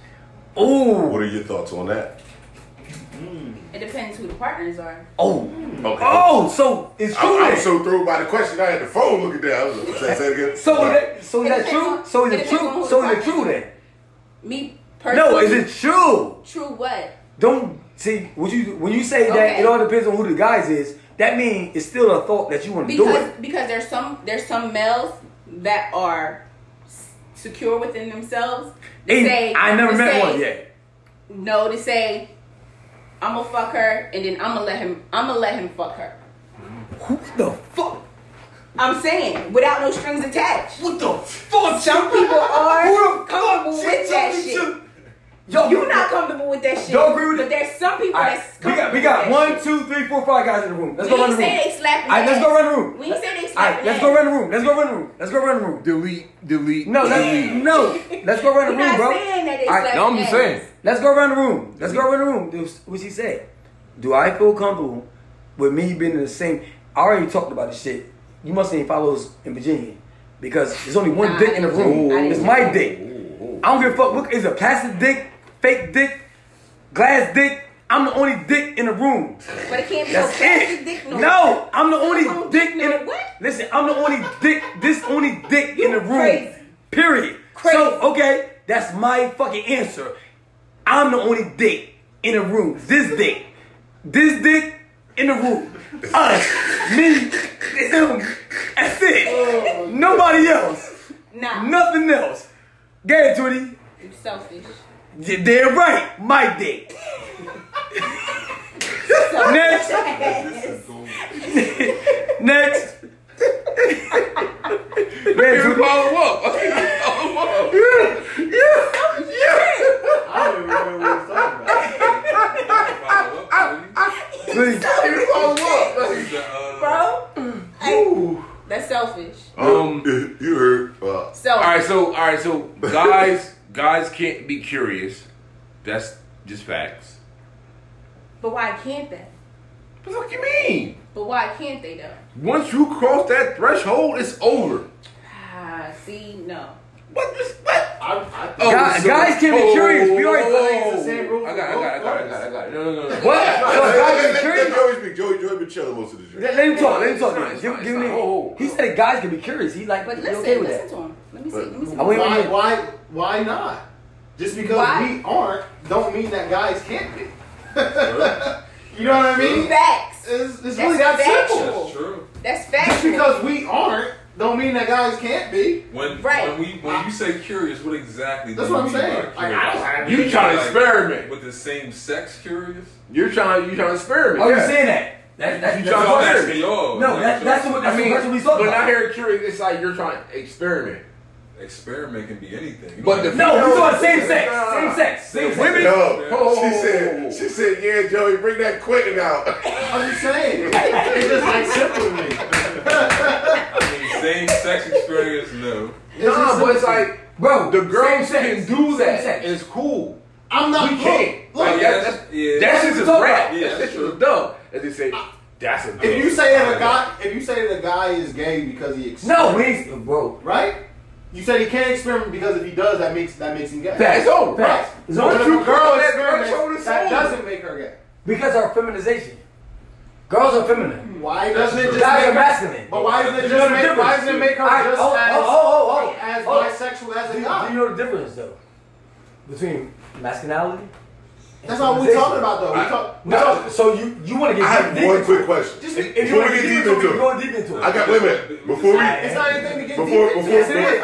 oh,
What are your thoughts on that?
It depends who the partners are.
oh,
Okay.
oh. So it's true.
I'm, I'm
then.
so thrown by the question. I had the phone looking down. I was like, say, say it again.
So
Sorry.
that, so
It
that's
depends
true.
on-
So
it
is it
depends on
true?
who
So
the
is it
partner
true then?
Me personally.
No, is it true?
true? What?
Don't see. Would you when you say that
Okay.
it all depends on who the guys is. That means it's still a thought that you want to do
Because
it.
because there's some there's some males that are s- secure within themselves. to
And
say-
I never
to
met
say-
one yet.
No, to say I'm gonna fuck her and then I'm gonna let him I'm gonna let him fuck her.
Who the fuck?
I'm saying without no strings attached.
What the fuck?
Some people are
Who the
comfortable
fuck?
with that shit.
Yo,
You're not comfortable with that shit.
Y'all agree with
but
that?
there's some people
All right,
that's
we got we got one, two, three, four, five guys in the room. Let's
We
go run
ain't
the
say they
room.
slapping.
All right, let's
ass.
go run the room.
We ain't say they
All right,
slapping.
let's go
ass.
run the room. Let's go run the room. Let's go run the room.
Delete, delete.
No, let's, no. Let's go
We're
run the room,
not
bro.
saying that they
All right,
slapping.
No, I'm just
ass.
saying.
Let's go around the room. Let's go around the room. Do- What she said? Do I feel comfortable with me being in the same? I already talked about this shit. You must ain't follow us in Virginia because there's only one
Nah,
dick in the
I didn't-
room.
I didn't-
It's my dick. I don't give a fuck. Look, it's a plastic dick, fake dick, glass dick. I'm the only dick in the room.
But it can't be no
That's
plastic
it.
dick no.
No, I'm the only
I don't
dick in
know
the
what.
Listen, I'm the only dick. This only dick in the room.
crazy.
Period.
Crazy.
So okay, that's my fucking answer. I'm the only dick in the room. This dick, this dick in the room. Us, me, him. That's it. Nobody else.
Nah.
Nothing else. Get it, Tweety.
You selfish.
Y- They're right. My dick. Next. Next. Next.
Follow up. Follow up.
I don't even remember what we was talking about.
Follow up, please.
Please.
Follow
Is that, uh,
Bro, like, that's selfish.
Um.
you heard. Uh,
So
All right. So all right. So guys, guys can't be curious. That's just facts.
But why can't they?
What the fuck you mean?
But why can't they though?
Once you cross that threshold, it's over.
Ah, see, no.
What? This, what?
I, I think
Oh,
Guys- guys can't be curious. We already-
It's the same rule
I got. it, I got. it, I got. it, I got. it, I got. it. No. No. No. no.
What? So
let,
guys
let,
can be
let, let
curious.
Joey speak. Joey, Joey been chilling most of the show.
Let, let him talk. Let him
It's
talk.
not, it's
Give,
not,
give
it's
me.
not. Oh, oh,
he
oh.
said guys can be curious. He like.
But
he
listen,
okay with
listen
that.
to him. Let me see. Let me see.
I went-
why,
Wait, wait, wait.
why, why not? Just because
Why?
we aren't, don't mean that guys can't be. you know what I mean?
Facts.
It's, it's
That's
really that simple.
That's true.
That's
Just
factual.
because we aren't, don't mean that guys can't be.
When,
Right.
when, we, when you say curious, what exactly
That's
do
what
you
I'm
mean by
saying. Like, I
curious?
don't have
You trying to experiment?
With the same sex curious?
You're trying. You trying to experiment?
Oh, you
yeah.
saying that? That, that,
You
that's
trying
what-
to
That's
experiment.
y'all.
No, that, that's what that's,
I mean,
what, that's what we talking
but
about.
not here curious. It's like you're trying to experiment.
Experiment can be anything. You
But
know,
the
no, we
No,
talking same sex,
no, no, no.
same sex, same sex.
Women-
No,
Oh.
she said. She said, "Yeah, Joey, bring that Quentin out."
I'm just saying. it's just like simple to me.
I mean, same sex experience, no.
It's just
Nah,
simple
but it's
to me.
like
Bro,
the girls
same
can
sex,
do
same
that.
sex.
It's cool.
I'm not.
We
look,
can't.
Look,
Like,
yeah,
that's, that's,
yeah.
that shit's a rap.
Yeah,
that
that's
shit's a
true.
dumb. As they say, that's a dumb.
if you say that a guy, if you say that a guy is gay because he accepts,
No, we ain't- bro.
right? You said he can't experiment because if he does, that makes that makes him gay.
That's over.
Right.
Facts.
But
So
if
once
a
you
cross that
experiments,
threshold, it's
that
over.
doesn't make her gay.
Because our feminization. Girls are feminine.
Why doesn't it just
Guys are
make her,
masculine.
But why doesn't it
You know
just
the
make why
difference.
doesn't it make her
Alright,
just
oh,
as,
oh, oh, oh, oh.
as
Oh.
bisexual as
Do
a
you, do
guy?
you know the difference though between masculinity
That's all we're talking about, though. We talk. We
No,
talk.
so you you want
I
to get
have
deep
one
into
quick
it.
question.
Just
If,
it's
if you want
Before
to
we
get
get deep into it.
deep into it, we going deep into it.
I got wait a minute before we
not anything to get
before
deep
before
into. Yes, it is.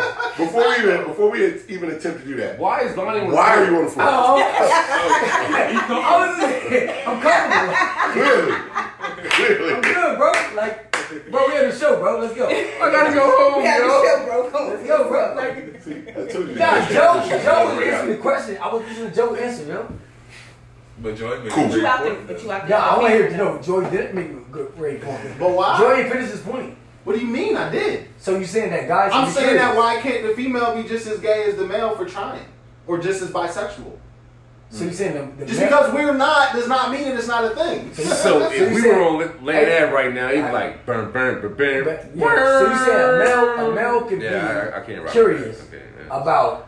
before, before we even before we even attempt to do that.
Why is Lonnie? on the
Why are
floor?
you on the floor?
Oh.
Oh.
I was- Oh. I'm comfortable.
Clearly,
I'm
clearly.
good, bro. Like, bro, we had a show, bro. Let's go.
I gotta go home,
We have to
yo.
chill, bro. Come on.
Let's go, bro. Like,
I told you.
nah,
that.
Joe, Joe was answering the question. I was listening to Joe answer, yo.
But Joy made
Cool.
a
But
great
you out there,
point,
but you
though.
out there.
Yeah, I want to hear. No, Joey didn't make a good great point.
But why?
Joey didn't finish his point.
What do you mean? I did.
So you saying that guys? should
I'm
be
saying
serious.
that why can't the female be just as gay as the male for trying, or just as bisexual?
So you saying the, the
Just
man-
because we're not does not mean it's not a thing.
So if we were on La- Lay That right now, it'd be
I-
like burn, burn, burn, burn.
But, yeah, so you saying a male, a male could
Yeah, I, I
be
can't rock.
curious
Okay, yeah.
about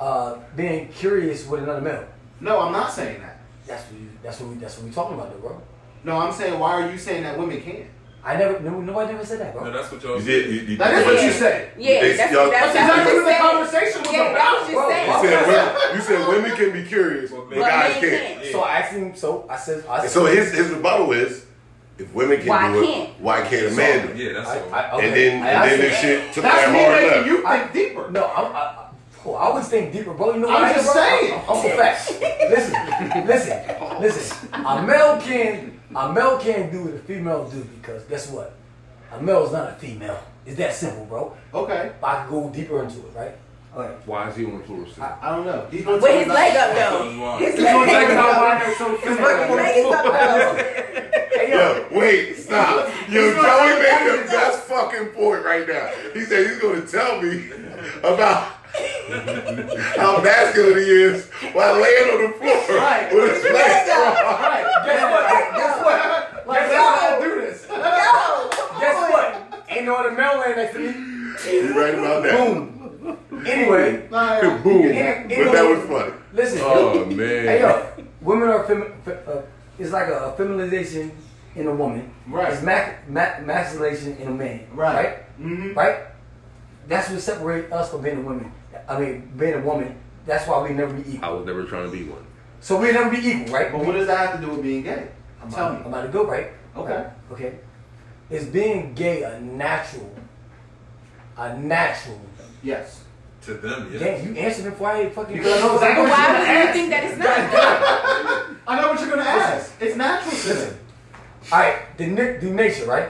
uh, being curious with another male.
no, I'm not saying that.
That's what you, that's what we that's what we talking about, though, bro.
No, I'm saying why are you saying that women can't?
I never no, nobody never said that, bro.
No, that's what y'all
You did. You, you,
That is what you said.
Yeah,
They-
that's, that's,
y'all-
that's,
That's exactly
what
what the
I'm saying.
conversation was
Yeah, that
about.
was just
Bro,
saying.
You said,
why-
women, you said women can be curious, but
But
guys
men
can't.
can't.
So I asked him. So I said. I said
So his his rebuttal is, if women can
Why
do it,
can't?
why can't a man do it?
Yeah, that's
I,
all.
I, okay.
And then
I,
and
I
then this
said-
shit took
That's
that
me
hard
making
left.
you
I-
think deeper.
No, I'm, I, I, oh, I was thinking deeper, bro. You know
I'm
what I
just
am, bro?
saying.
I'm, I'm a fact. Listen, listen, listen. A male can a male can do what a female do because guess what? A male is not a female. It's that simple, bro.
Okay.
But I can go deeper into it, right? Okay.
Why is he on the floor? Steve?
I don't know. He's gonna
With
tell
his
me
leg
not-
up though. His
His
leg
leg
up.
up.
His leg is up though.
Hey, yo,
Yo, wait, stop. Yo, Joey made the best fucking point right now. He said he's gonna tell me about how masculine he is while laying on the floor
Right.
with his legs crossed.
Right.
guess what? Guess what?
Like,
Guess
let's not
what?
do this.
Yo,
Guess what? Ain't no other male laying next to me.
You right about that?
Boom. Anyway,
Nah, yeah.
Boom.
It- it
But that was
was-
funny.
listen.
Oh
Hey
man.
yo, women are fem- fe- uh, it's like a feminization in a woman.
Right.
It's mac- mac- masculination in a man.
Right.
Right.
Mhm.
Right? That's what separates us from being a woman. I mean, being a woman. That's why we never be
I
equal.
was never trying to be one.
So we never be equal, right?
But what does that have to do with being gay?
I'm,
Tell
I'm
me.
about to go right.
Okay.
Right? Okay. Is being gay a natural? A natural.
Yes.
To them, yeah.
Damn, you answered me before I even fucking.
Because I know exactly
but
what you're gonna
why do you
ask.
think that it's not?
I know what you're gonna ask. It's natural to
Listen.
them.
All right. The, na- the nature, right?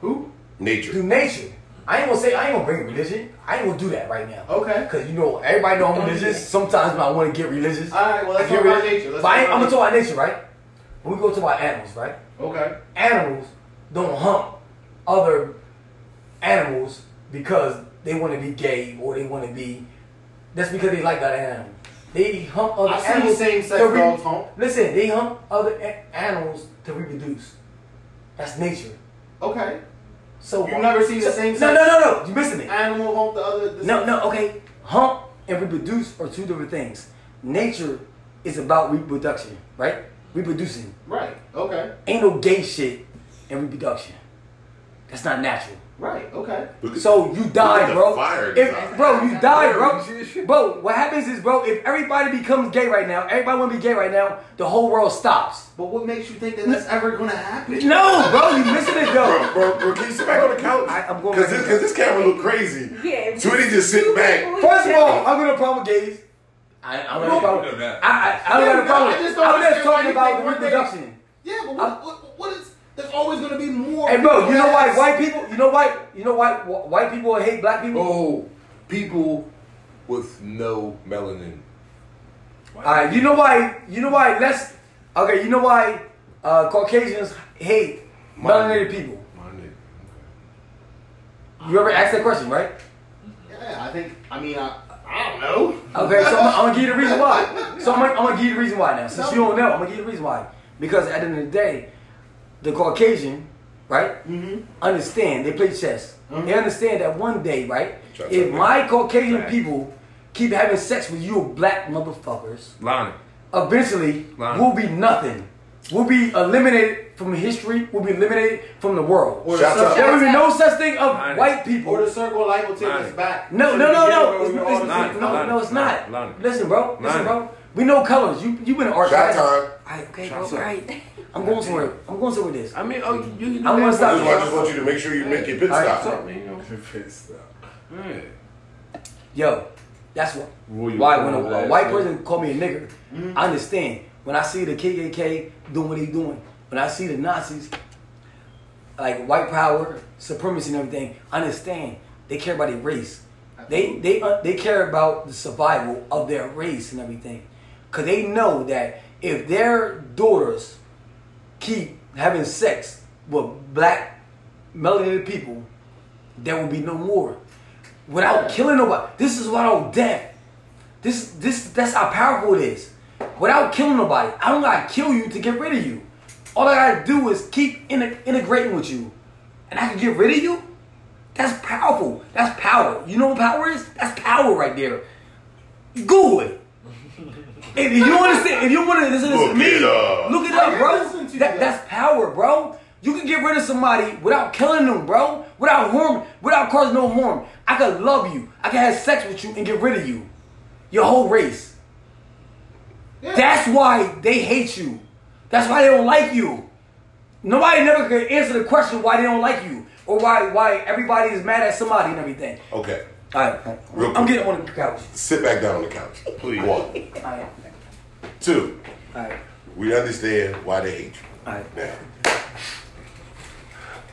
Who?
Nature.
through nature. I ain't gonna say I ain't gonna bring religion. I ain't gonna do that right now.
Okay.
Cause you know everybody know I'm religious. Sometimes I want to get religious.
All right, well, let's
I get
talk about
religious.
nature. Let's
But I
talk
ain't, I'm
about
gonna talk about nature, right? When we go to about animals, right?
Okay.
Animals don't hump other animals because they want to be gay or they want to be. That's because they like that animal. They hump other
I've seen
animals.
same-sex
to re-
dogs hump.
Listen, they hump other a- animals to reproduce. That's nature.
Okay.
So
You've never seen the
so-
same
No,
sex-
no, no, no. You're missing it.
Animal hump the other. The
No, no, okay. Hump and reproduce are two different things. Nature is about reproduction, right? Reproducing.
Right. Okay.
Ain't no gay shit in reproduction. That's not natural.
Right. Okay.
So you
Look
die,
at
bro.
the fire
If,
design.
bro, you die, bro. Bro, what happens is, bro, if everybody becomes gay right now, everybody want to be gay right now, the whole world stops.
But what makes you think that that's ever gonna happen?
No, bro, you missing it though.
Bro, bro, bro, can you sit back on the couch?
I- I'm going
Cause
back
this,
in.
cause this camera look crazy.
Yeah.
Tweety just sit back.
First of all, I'm gonna problem gays. I, I don't have a problem.
You know that.
I, I, I don't have a
Yeah,
problem.
I just don't
I'm just
understand why
talking
you
about
think one day-
reproduction.
Yeah, but what, what, what is? There's always gonna be more.
Hey, bro,
people
you know why
that's-
white people? You know why? You know why wh- white people hate black people?
Oh, people with no melanin.
All right, you know why? You know why? Let's okay. You know why uh, Caucasians hate melanated people?
My nigga.
You ever asked that question, right?
Yeah, I think. I mean, I, I don't know.
Okay, so I'm, I'm gonna give you the reason why. So I'm, gonna- I'm gonna give you the reason why now. Since you don't know, I'm gonna give you the reason why. Because at the end of the day, the Caucasian, right, understand they play chess. They understand that one day, right,
Try
if
something.
my Caucasian
Right.
people keep having sex with you black motherfuckers,
Lonnie.
eventually
Line.
we'll be nothing. We'll be eliminated from history. We'll be eliminated from the world.
Or
Shout
the
out.
there
circle,
will be no such thing of
Line.
white
or
people.
the circle of life will take us
Right.
back.
No,
to
no,
the
no,
beginning
no.
where we
It's,
were
it's,
all
Line.
no, no, it's
Line.
not.
Line.
Listen, bro. Listen,
Line.
bro. We know colors. You you been an art
Shot
class.
time.
Alright, okay,
Shot
go
time.
right. I'm going for it. I'm going somewhere with this.
I mean, oh, you, you
I wanna
that.
stop
That's why I just want you to make sure you make your pit
All right,
stop.
stop, man. You know.
Pissed out.
Yeah.
Yo, that's what.
Roll your
Why when a,
own
a
ass
white
up.
person call me a nigger, I understand. When I see the KKK doing what he doing, when I see the Nazis, like white power, supremacy, and everything, I understand. They care about their race. They they uh, they care about the survival of their race and everything, cause they know that if their daughters keep having sex with black melanated people, there will be no more. Without killing nobody. This is without death. This this that's how powerful it is. Without killing nobody. I don't gotta kill you to get rid of you. All I gotta do is keep in- integrating with you. And I can get rid of you? That's powerful. That's power. You know what power is? That's power right there. Google it. If you understand, if you want to listen to
Look
me,
it up.
look it
I
up,
am
bro.
listening to you
That,
guys.
that's power, bro. You can get rid of somebody without killing them, bro. Without harm, without causing no harm. I could love you. I could have sex with you and get rid of you. Your whole race.
Yeah.
That's why they hate you. That's why they don't like you. Nobody never could answer the question why they don't like you or why why everybody is mad at somebody and everything.
Okay.
All right,
Real
I'm
quick.
getting on the couch.
Sit back down on the couch. Please. One.
All right,
Two.
all right,
We understand why they hate you.
all right.
Now.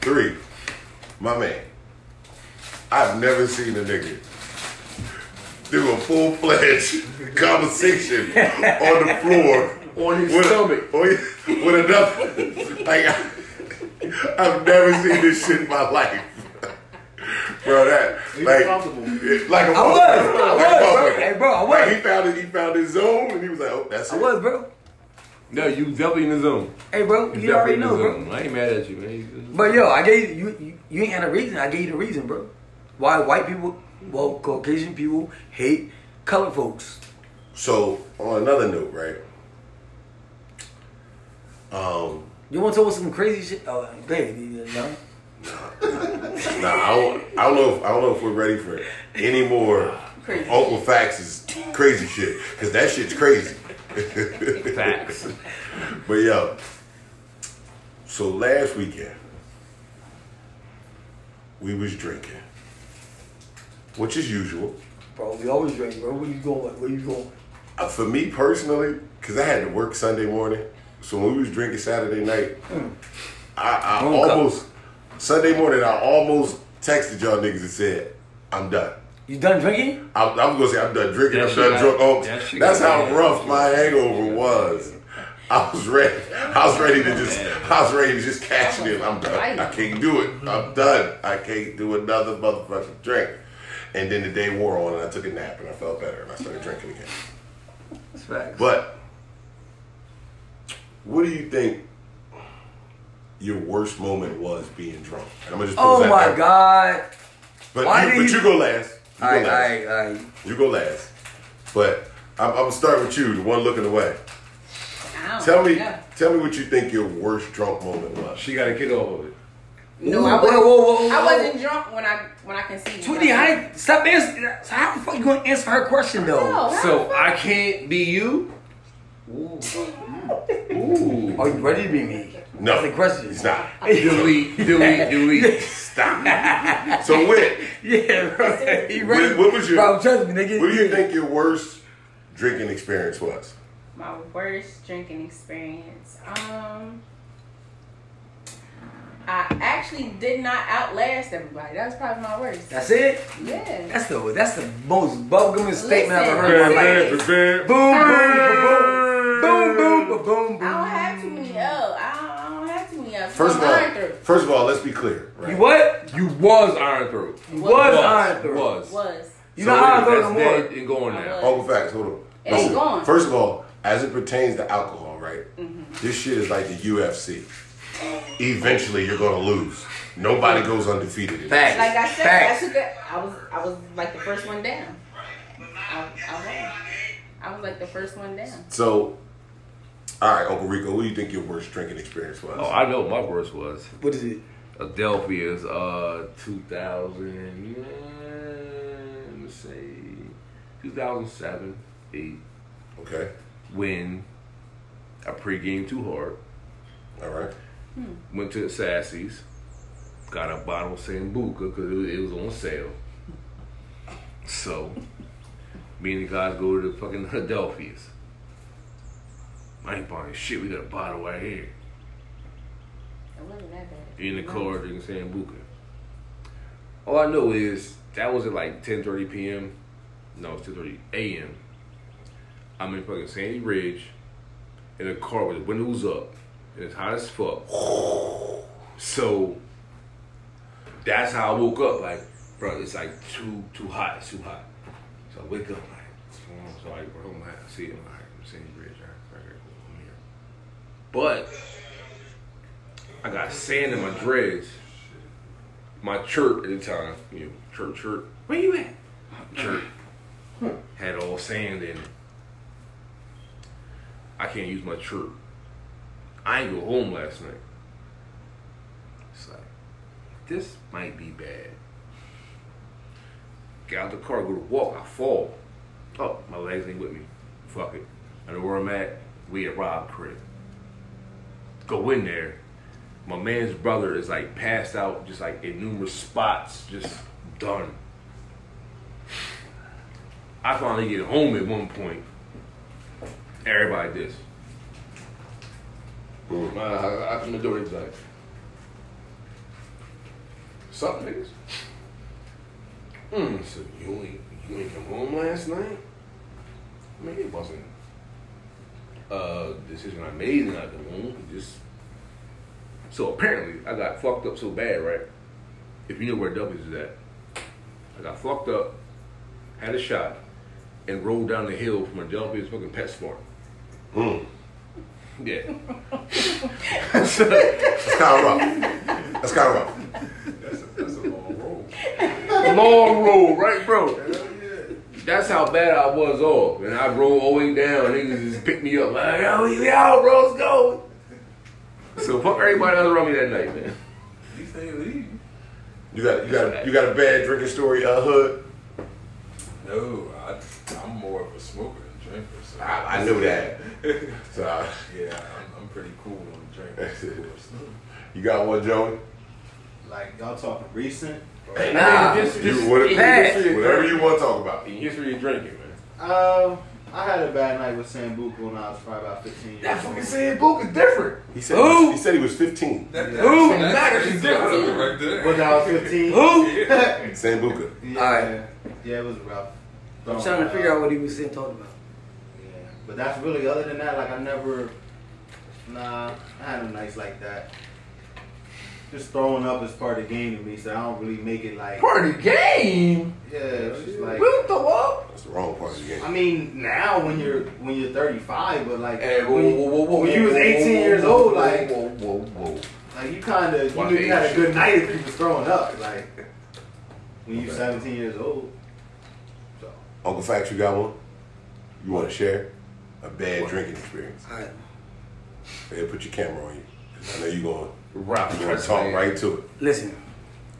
Three. My man. I've never seen a nigga do a full fledged conversation on the floor
On his
with,
stomach.
with, with enough. Like, I, I've never seen this shit in my life. Bro, that
He was
like,
comfortable.
it- like a
I was,
motherfucker,
I
like a
was, bro.
motherfucker.
Hey, bro, I
Like,
was.
he found it. He found his zone, and he was like, "Oh, that's
I
it."
was, bro.
No, you definitely in the zone.
Hey, bro, you already know,
in the
bro.
zone. I ain't mad at you, man.
But yo, I gave you, you you ain't had a reason. I gave you the reason, bro. Why white people, well, Caucasian people hate colored folks.
So on another note, right? Um,
You want to tell us some crazy shit? Oh, go ahead. you- you know?
nah, I don't, I don't know. If, I don't know if we're ready for any more
Crazy.
Uncle Facts is crazy shit because that shit's crazy.
Facts.
But yo, so last weekend we was drinking, which is usual.
Bro, we always drink, bro. Where you going? Where you going?
Uh, for me personally, because I had to work Sunday morning, so when we was drinking Saturday night, I, I
Wrong cup.
almost Sunday morning I almost texted y'all niggas and said I'm done.
You done drinking?
I'm, I'm gonna say I'm done drinking.
That
I'm
shit
done
got-
drunk. Oh,
that shit
that's
got
how
bad.
rough my hangover was. I was ready. I was ready to just. I was ready to just cash it in. I'm done. I can't do it. I'm done. I can't do another motherfucking drink. And then the day wore on, and I took a nap, and I felt better, and I started drinking again.
That's facts.
But what do you think your worst moment was being drunk? And I'm gonna just pose
Oh
that
my
out.
god!
But
Why
you,
do
but
you-
you go last. You
All
go
right, all
last.
right, all right.
You go last. But I'm, I'm gonna start with you, the one looking away.
I don't
Tell me,
know.
tell me what you think your worst drunk moment was.
She got to get off of it.
No,
Ooh,
I
whoa,
wasn't.
whoa, whoa, whoa.
I wasn't drunk when I when I conceived.
Tweety, I ain't, stop answering. How the fuck you gonna answer her question though?
No.
So I can't be you. Ooh. Ooh.
Are you ready to be me?
No,
That's the question.
He's not.
delete, delete, delete.
So what?
Yeah, bro. You
What-
ready?
what was your-
Bro, trust me, nigga.
What do you think your worst drinking experience was?
My worst drinking experience. Um, I actually did not outlast everybody. That was probably my worst.
That's it.
yeah.
That's the that's the most bubblegum statement I've ever heard in my life.
Listen.
Boom, boom, boom, boom, boom, boom, boom,
I don't
boom.
have to me up. I don't, I don't have to me up.
First of
I'm iron
all,
through.
first of all, let's be clear. Right?
You what?
You was Iron Throat.
You
Was.
was iron through.
Was.
was.
You know how I go no
that's
more.
dead and going
I
now.
was.
All the facts. Hold on.
It's
Listen,
gone.
First of all, as it pertains to alcohol, right?
Mm-hmm.
This shit is like the UFC. Eventually, you're gonna lose. Nobody goes undefeated. in this.
Facts.
Like I said,
Facts.
I took a, I was I was like the first one down. I, I was. I was like the first one down.
So, all right, Uncle Rico, what do you think your worst drinking experience was?
Oh, I know what my worst was.
What is it?
Adelphia's uh 2000 yeah, let me say 2007 8
okay.
when I pregame too hard,
All right.
went to the Sassy's, got a bottle of Sambuca because it, was- it was on sale. So, me and the guys go to the fucking Adelphia's. I ain't buying shit, we got a bottle right here.
It wasn't that bad.
in the car drinking Sambuca. All I know is that was at like 10:30 p.m. No, it's 10:30 a.m. I'm in fucking Sandy Ridge in a car with the windows up and it's hot as fuck. So that's how I woke up. Like, bro, it's like too too hot. It's too hot. So I wake up like, what's going on? So I bro, I'm like, I see it. I'm like, I'm Sandy Ridge. All right, all right, cool, I'm here. But I got sand in my dreads. My church at the time, you know, church, church. Where you at? Church had all sand in it. I can't use my church. I ain't go home last night. It's like this might be bad. Get out the car, go to walk. I fall. Oh, my legs ain't with me. Fuck it. I know where I'm at. We at Rob Crib. Go in there my man's brother is like passed out, just like in numerous spots, just done. I finally get home at one point. Everybody this. I, I, I come to the door, he's like, "Sup, niggas?" Hmm. So you ain't you ain't come home last night? I mean, it wasn't a Uh, decision I made to not come home. It just so apparently, I got fucked up so bad, right? If you know where W's is at, I got fucked up, had a shot, and rolled down the hill from Adelphia's fucking pet smart.
Mm.
Yeah.
That's kind of rough. That's kind of rough.
That's a, that's a long roll.
Long roll, right, bro? That's how bad I was off. And I rolled all the way down. Niggas just picked me up. Like, yo, we out, bro. Let's go. So fuck everybody else around me that night, man.
These ain't leaving.
You got you got you got a bad drinking story, uh, hood.
No, I, I'm more of a smoker than drinker. So
I, I knew that. So uh,
yeah, I'm, I'm pretty cool on
That's it.
drinking. of course.
you got one, Joey.
Like y'all talking recent? Ah,
Nah.
You, what,
Pass.
whatever you want to talk about.
In history of drinking, man.
Um, I had a bad night with Sambuca when I was probably about 15 years
That
old.
fucking Sambuca is different.
He said
Who?
he said he was 15.
That, that,
Ooh,
that's-
that
that's
is
something
different.
right there.
When I was 15.
Who?
Sambuca.
Yeah,
Alright.
yeah, it was rough.
I'm trying to figure out what he was saying talking about.
Yeah, but that's really other than that. Like I never, nah, I had them nights like that. Just throwing up is part of the game to me, so I don't really make it like.
part of the game.
Yeah, it's just like.
We'll throw up.
That's the wrong part of the game.
I mean, now when you're when you're 35, but like
Hey, whoa,
when, you-
whoa, whoa, whoa,
when
whoa,
you was
whoa,
18
whoa,
years
whoa,
old,
whoa,
like
whoa, whoa, whoa.
like you kind of
Why
you knew you had
age?
a good night if you was throwing up, like when you're 17 years old. So
Uncle Fax, you got one? You want to share a bad drinking experience?
All right.
Hey, put your camera on you. I know you going
Rob,
you going to talk right to it.
Listen,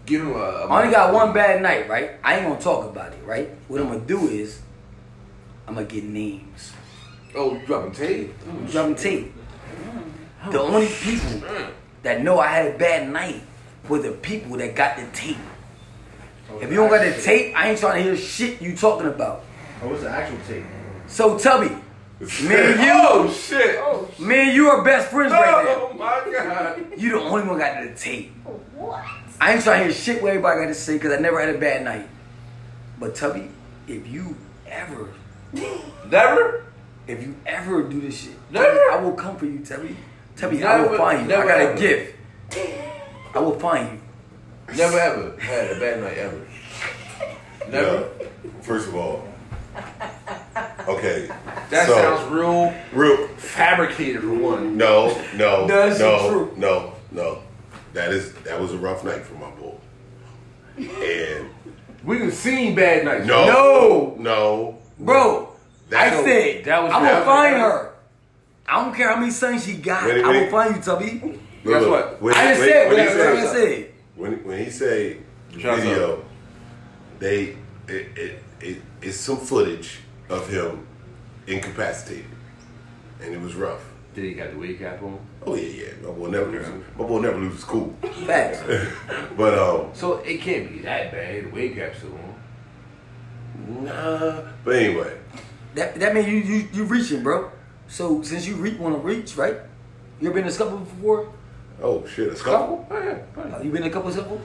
Give him a. a
I only got one bad night, right? I ain't gonna talk about it, right? What I'm gonna do is, I'm gonna get names.
Oh, you dropping tape?
Drum tape. The only people that know I had a bad night were the people that got the tape.
Oh,
If you don't got the tape, I ain't trying to hear shit you talking about.
oh, what's the actual tape?
So Tubby, me and you,
Oh shit! Oh,
me and you are best friends right now.
oh my god!
You the only one got the tape.
What?
I ain't trying to hear shit what everybody got to say because I never had a bad night. But Tubby, if you ever,
Never.
if you ever do this shit, Tubby,
Never.
I will come for you, Tubby. Tubby, I
Never,
will find you.
never,
I got
ever.
a gift. I will find you.
Never ever had a bad night ever. Never.
Yeah. First of all, okay.
That
so,
sounds real
real.
fabricated for one.
No, no,
That's
no,
true.
no, no. That is that was a rough night for my boy. And
We done seen bad nights.
no,
No.
no,
Bro,
That's-
I said,
that was-
I'm
that was-
gonna find her. I don't care how many sons she got.
Wait,
I'm
wait.
gonna find you, Tubby.
Look,
Guess
look,
what?
when-
I just
when-
said
when
what
he
I
said-
what I said.
When when he say
Shout out.
video, they it, it, it it's some footage of him incapacitated. and it was rough.
Did he got the wig cap on?
Oh yeah, yeah. My boy never lose. My boy never loses cool.
Facts.
But um,
So it can't be that bad. The wig cap's still on.
nah. But anyway,
That that means you you you reaching, bro. So since you re- want to reach, right? You ever been in a couple before?
oh shit, a scuffle.
Oh, yeah,
Uh,
fine.
You been in a couple couple?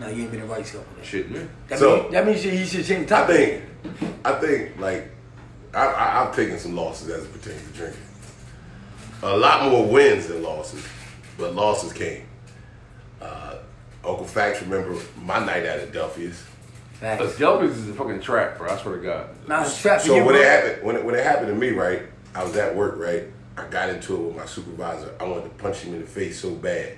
No, you ain't been in a rice couple.
Shit, man.
That,
So-
mean, that means you, you should change the
I
topic.
think, I think like, I, I, I've taken some losses as it pertains to drinking. A lot more wins than losses, but losses came. Uh, Uncle Facts remember my night out at Duffy's.
Facts.
Adelphi's is a fucking trap, bro. I swear to God.
Nah, it's trapped
So
in
when
your
it happened, when it, when it happened to me, right? I was at work, right? I got into it with my supervisor. I wanted to punch him in the face so bad.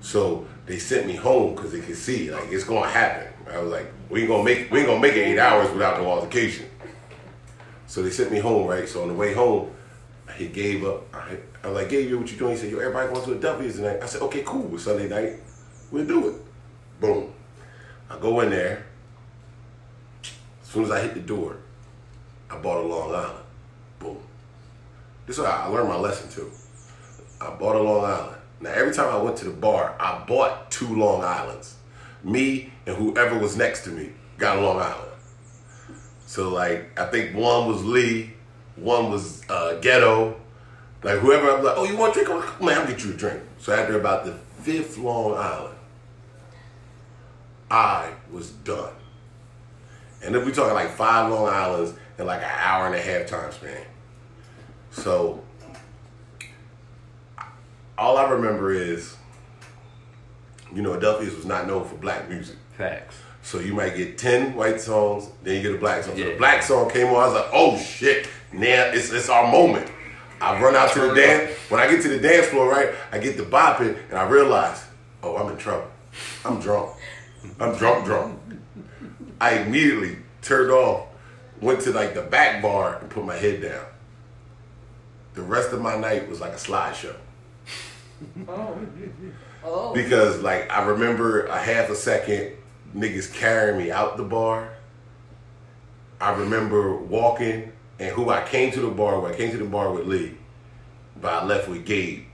So they sent me home because they could see like it's gonna happen. I was like, we ain't gonna make we ain't gonna make it eight hours without no altercation. So they sent me home, right? So on the way home, he gave up. I, I like, Gabe, yo, what you doing? He said, yo, everybody going to a Duffy's tonight. I said, okay, cool. It's Sunday night. We'll do it. Boom. I go in there. As soon as I hit the door, I bought a Long Island. Boom. This is how I learned my lesson too. I bought a Long Island. Now every time I went to the bar, I bought two Long Islands. Me and whoever was next to me got a Long Island. So like I think one was Lee, one was uh, Ghetto. Like whoever I'm like, oh you want a drink? I'm like, Come on, I'll get you a drink. So after about the fifth Long Island, I was done. And if we're talking like five Long Islands in like an hour and a half time span. So all I remember is, you know, Duffy's was not known for black music.
Facts.
So you might get ten white songs, then you get a black song. So
Yeah.
the black song came on, I was like, oh shit, now it's it's our moment. I run out to the dance. When I get to the dance floor, right, I get the bopping and I realize, oh, I'm in trouble. I'm drunk. I'm drunk, drunk. I immediately turned off, went to like the back bar and put my head down. The rest of my night was like a slideshow.
Oh.
Because like I remember a half a second niggas carrying me out the bar. I remember walking and who I came to the bar with. I came to the bar with Lee, but I left with Gabe.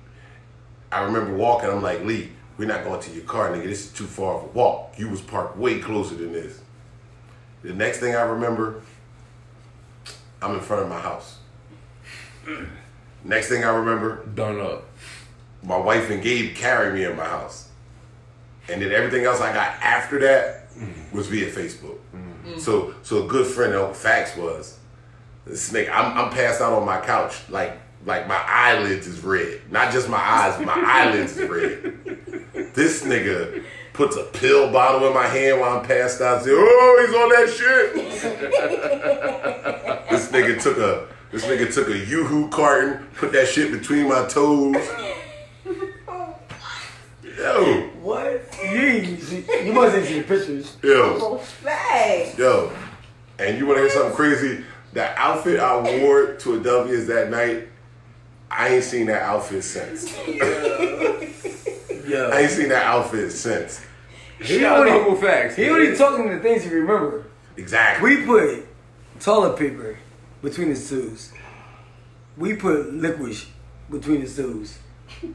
I remember walking. I'm like Lee, we're not going to your car, nigga. This is too far of a walk. You was parked way closer than this. The next thing I remember, I'm in front of my house. Next thing I remember,
Done up.
my wife and Gabe carried me in my house. And then everything else I got after that was via Facebook. So so a good friend of facts was this nigga, I'm I'm passed out on my couch like like my eyelids is red. Not just my eyes, my eyelids is red. This nigga puts a pill bottle in my hand while I'm passed out. Say, oh, he's on that shit. this nigga took a this nigga took a yoo-hoo carton, put that shit between my toes. Yo,
What? You, ain't see- you must have seen the pictures.
yo,
Oh, facts.
yo. And you want to hear something crazy? The outfit I wore to a W's that night, I ain't seen that outfit since. I
Yeah.
ain't seen that outfit since.
He
Shout out
only,
Uncle Facts.
he only talking the things he remember.
Exactly.
We put toilet paper between his tubes. We put liquids between his tubes.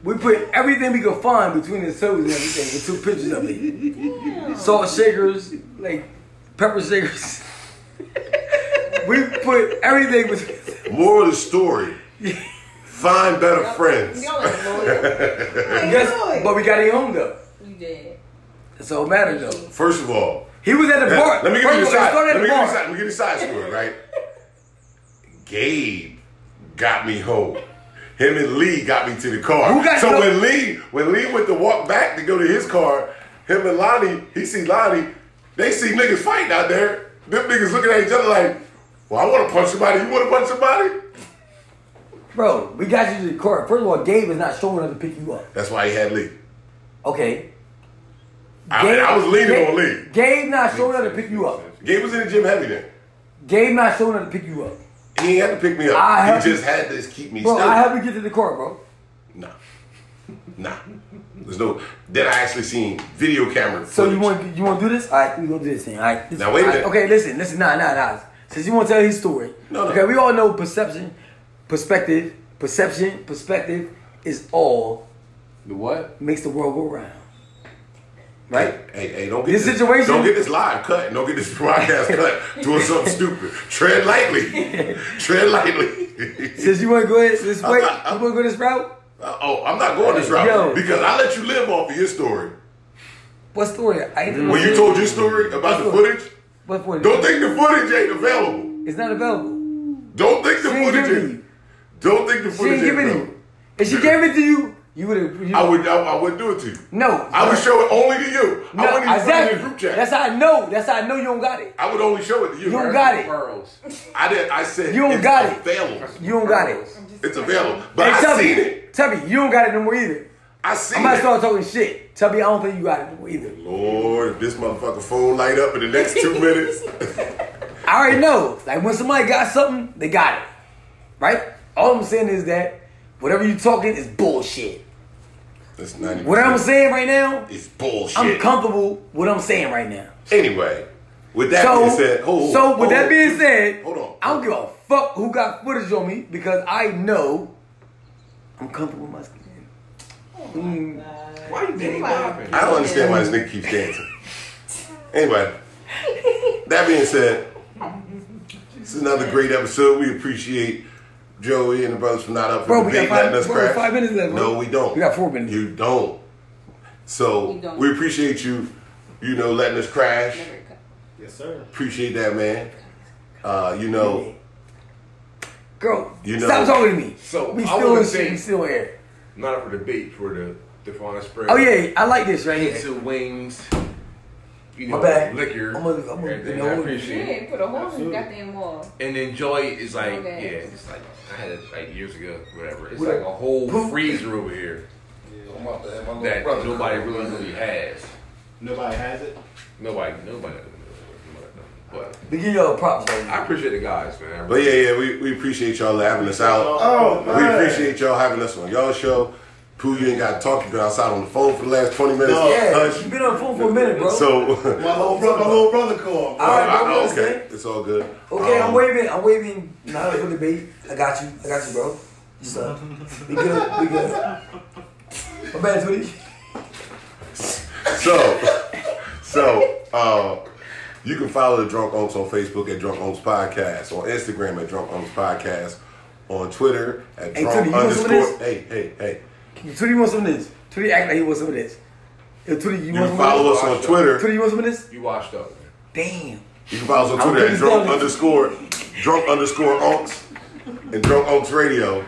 We put everything we could find between his toes and everything with two pictures of it. Salt shakers, like pepper shakers. we put everything between
Moral of the story: find better friends.
Y'all ain't loyal.
yes, but we got it home though.
you did.
That's all that matters though.
First of all,
He was at the bar.
let me give you the
First of all, it
side.
started
Let
at
me give you
the
the
bar.
side. Let me give you the side story, right? Gabe got me home. Him and Lee got me to the car.
Who got
so
you-
when Lee when Lee went to walk back to go to his car, him and Lonnie, he see Lonnie, they see niggas fighting out there. Them niggas looking at each other like, "Well, I want to punch somebody. You want to punch somebody?"
Bro, we got you to the court. First of all, Gabe is not showing up to pick you up.
That's why he had Lee.
Okay.
I, mean, I was leaning
Gabe-
on Lee.
Gabe not showing up to pick you up.
Gabe was in the gym heavy then.
Gabe not showing up to pick you up.
He ain't had to pick me up.
I have-
he just had to keep me
Bro,
still.
I have to get to the court, bro.
Nah. Nah. There's no. Then I actually seen video camera. Footage.
So you want you want to do this? All right, we gonna do this thing. All right. This-
Now, wait a
all right,
minute.
Okay, listen, listen, nah, nah, nah. Since you want to tell his story,
No, no.
okay, we all know perception, perspective, Perception, perspective is all
The what?
makes the world go round. Right?
Hey, hey, don't get
This
this,
situation-
Don't get this live cut. Don't get this podcast cut. Doing something stupid. Tread lightly. Tread lightly.
Since you want to go ahead this way, you want to go this route?
oh, I'm not going this route
Yo.
because I let you live off of your story.
What story? I ain't
When you told your story about the footage,
What for?
don't think the footage ain't available.
It's not available.
Don't think the
She ain't
footage.
giving
Ain't,
you.
don't think the
She ain't
footage. Ain't
giving
available.
you. If she gave it to you, you would have.
I would. I, I would do it to you.
No.
I would show it only to you.
No,
I wouldn't even put it in
exactly.
the group chat.
That's how I know. That's how I know you don't got it.
I would only show it to you.
You don't got it.
Pearls.
I did. I said
You don't
it's
got it.
available.
You don't got it.
It's available. But
Hey,
I
Tubby,
seen it.
Tubby, you don't got it no more either.
I seen
I'm not
it.
start talking shit. Tubby, I don't think you got it no more either.
Lord, if this motherfucker phone light up in the next two minutes.
I already know. Like when somebody got something, they got it. Right? All I'm saying is that whatever you talking is bullshit.
That's not even.
What I'm saying right now,
It's bullshit.
I'm comfortable with what I'm saying right now.
anyway, with that
so,
being said, hold,
so with
hold-
that being said,
hold on.
I don't give a fuck who got footage on me because I know I'm comfortable with my skin. Mm.
Why you
It's
being
like-
I don't understand why this nigga keeps dancing. Anyway, that being said, this is another great episode. We appreciate Joey and the brothers from Not Up for
Bro, we
Debate
got five-
letting us
bro, we
crash.
five minutes left, bro.
No, we don't.
We got four minutes.
You don't. So
We don't.
we appreciate you, you know, letting us crash.
Yes, sir.
Appreciate that, man. Uh, you know,
Girl,
You know-
stop talking to me.
So,
we
I
still
wanna
in shit.
say-
We still here.
Not up for debate for the the final spread.
Oh yeah, I like this right here.
Pizza, wings, you
My
know,
bad.
liquor,
I'm gonna- I'm gonna-
everything.
you
I
know,
Yeah,
appreciate it.
put a hole in his goddamn wall.
And then Joy is like,
My bad.
yeah, it's like I had it like years ago, whatever. It's
Whatever.
like a whole
Poop.
freezer over here that nobody really really has.
Nobody has it.
Nobody, nobody. nobody- But
We give y'all props right
I
now.
appreciate the guys, man.
but yeah, yeah, we, we appreciate y'all having us out.
Oh,
We appreciate y'all having us on y'all show. Pooh, you ain't got to talk. You've been outside on the phone for the last 20 minutes.
Yeah,
Hush.
you've been on the phone for a minute, bro.
So,
My little brother, my little brother called.
All right, bro,
I- I-
listen.
okay, it's all good.
Okay,
Um,
I'm waving. I'm waving. Not up for debate. I got you. I got you, bro. Just uh, be good. Be good. My bad, Tootie.
So, so uh, you can follow the Drunk Oaks on Facebook at Drunk Oaks Podcast, on Instagram at Drunk Oaks Podcast, on Twitter at
Hey,
Drunk
Tootie, you want some of
underscore. Hey, hey, hey.
Tootie wants some of this. Tootie act like he wants some of this. Yo, Tootie, you,
You
want
can
some
follow
of
us on
Watch
this?
Twitter.
Tootie, you want some of this?
You washed up, man.
Damn.
You can follow us
I
on
don't
Twitter at
think
Drunk
he's
underscore Drunk underscore Oaks and Drunk Oaks Radio.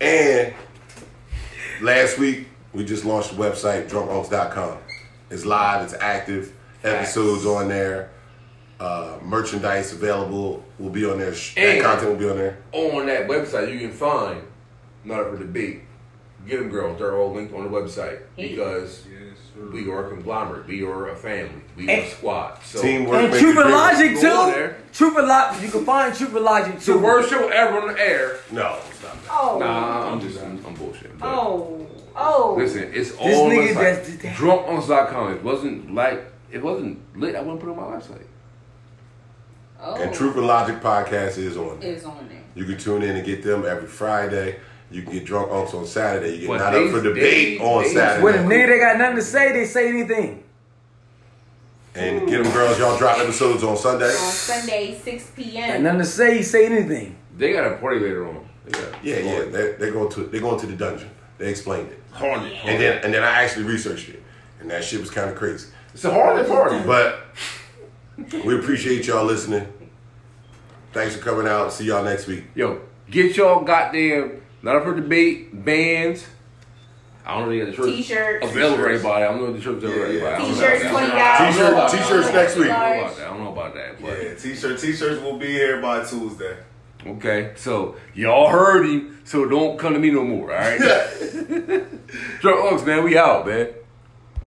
And last week we just launched the website drunkoaks.com. It's live. It's active. Episodes on there. Uh, merchandise available will be on there. Sh- That
And-
content will be on there.
on that website, you can find Not Up for Debate. Get them, girls. They're all linked on the website because
Yes, sir.
we are a conglomerate. We are a family. We are
And-
a squad. So
Teamwork.
And
makes
Truth
the
and
dream work.
Logic
Go on
too.
there.
Truth and Logic. You can find Truth and Logic
it's the
too.
worst show ever on the air.
No, stop that.
Oh.
Nah, I'm just I'm, I'm bullshitting. but
Oh. Oh.
Listen, it's all
This
on the
nigga that's-
website. DrunkOns.com. It wasn't like it wasn't lit. I wouldn't put it on my website.
oh.
And Truth and Logic podcast is on there.
is on there.
You can tune in and get them every Friday. You can get Drunk Oaks on Saturday. You get
But
Not
they-
Up for Debate
they-
on
they-
Saturday.
When a nigga they got nothing to say, they say anything.
And get them girls, y'all drop episodes on Sunday.
On Sunday, 6
Got
p.m.
nothing to say, he say anything.
They got a party later on. They got a
Yeah, yeah,
party.
they're, they're going to they're going to the dungeon. They explained it, and then and then I actually researched it, and that shit was kind of crazy.
It's a Harley party.
But we appreciate y'all listening. Thanks for coming out. See y'all next week.
Yo, get y'all goddamn not up for debate bands. I don't really got the shirt
T-shirts.
available for anybody. I don't know if the shirt's available for
Yeah, Oh, yeah.
anybody.
T-shirt-
T-shirts, $20.
t-shirts next week.
I don't know about that. I don't know about that. But
Yeah, t-shirt, t-shirts will be here by Tuesday.
okay, so y'all heard him. So don't come to me no more. All right. Drunk Oaks, man. We out, man.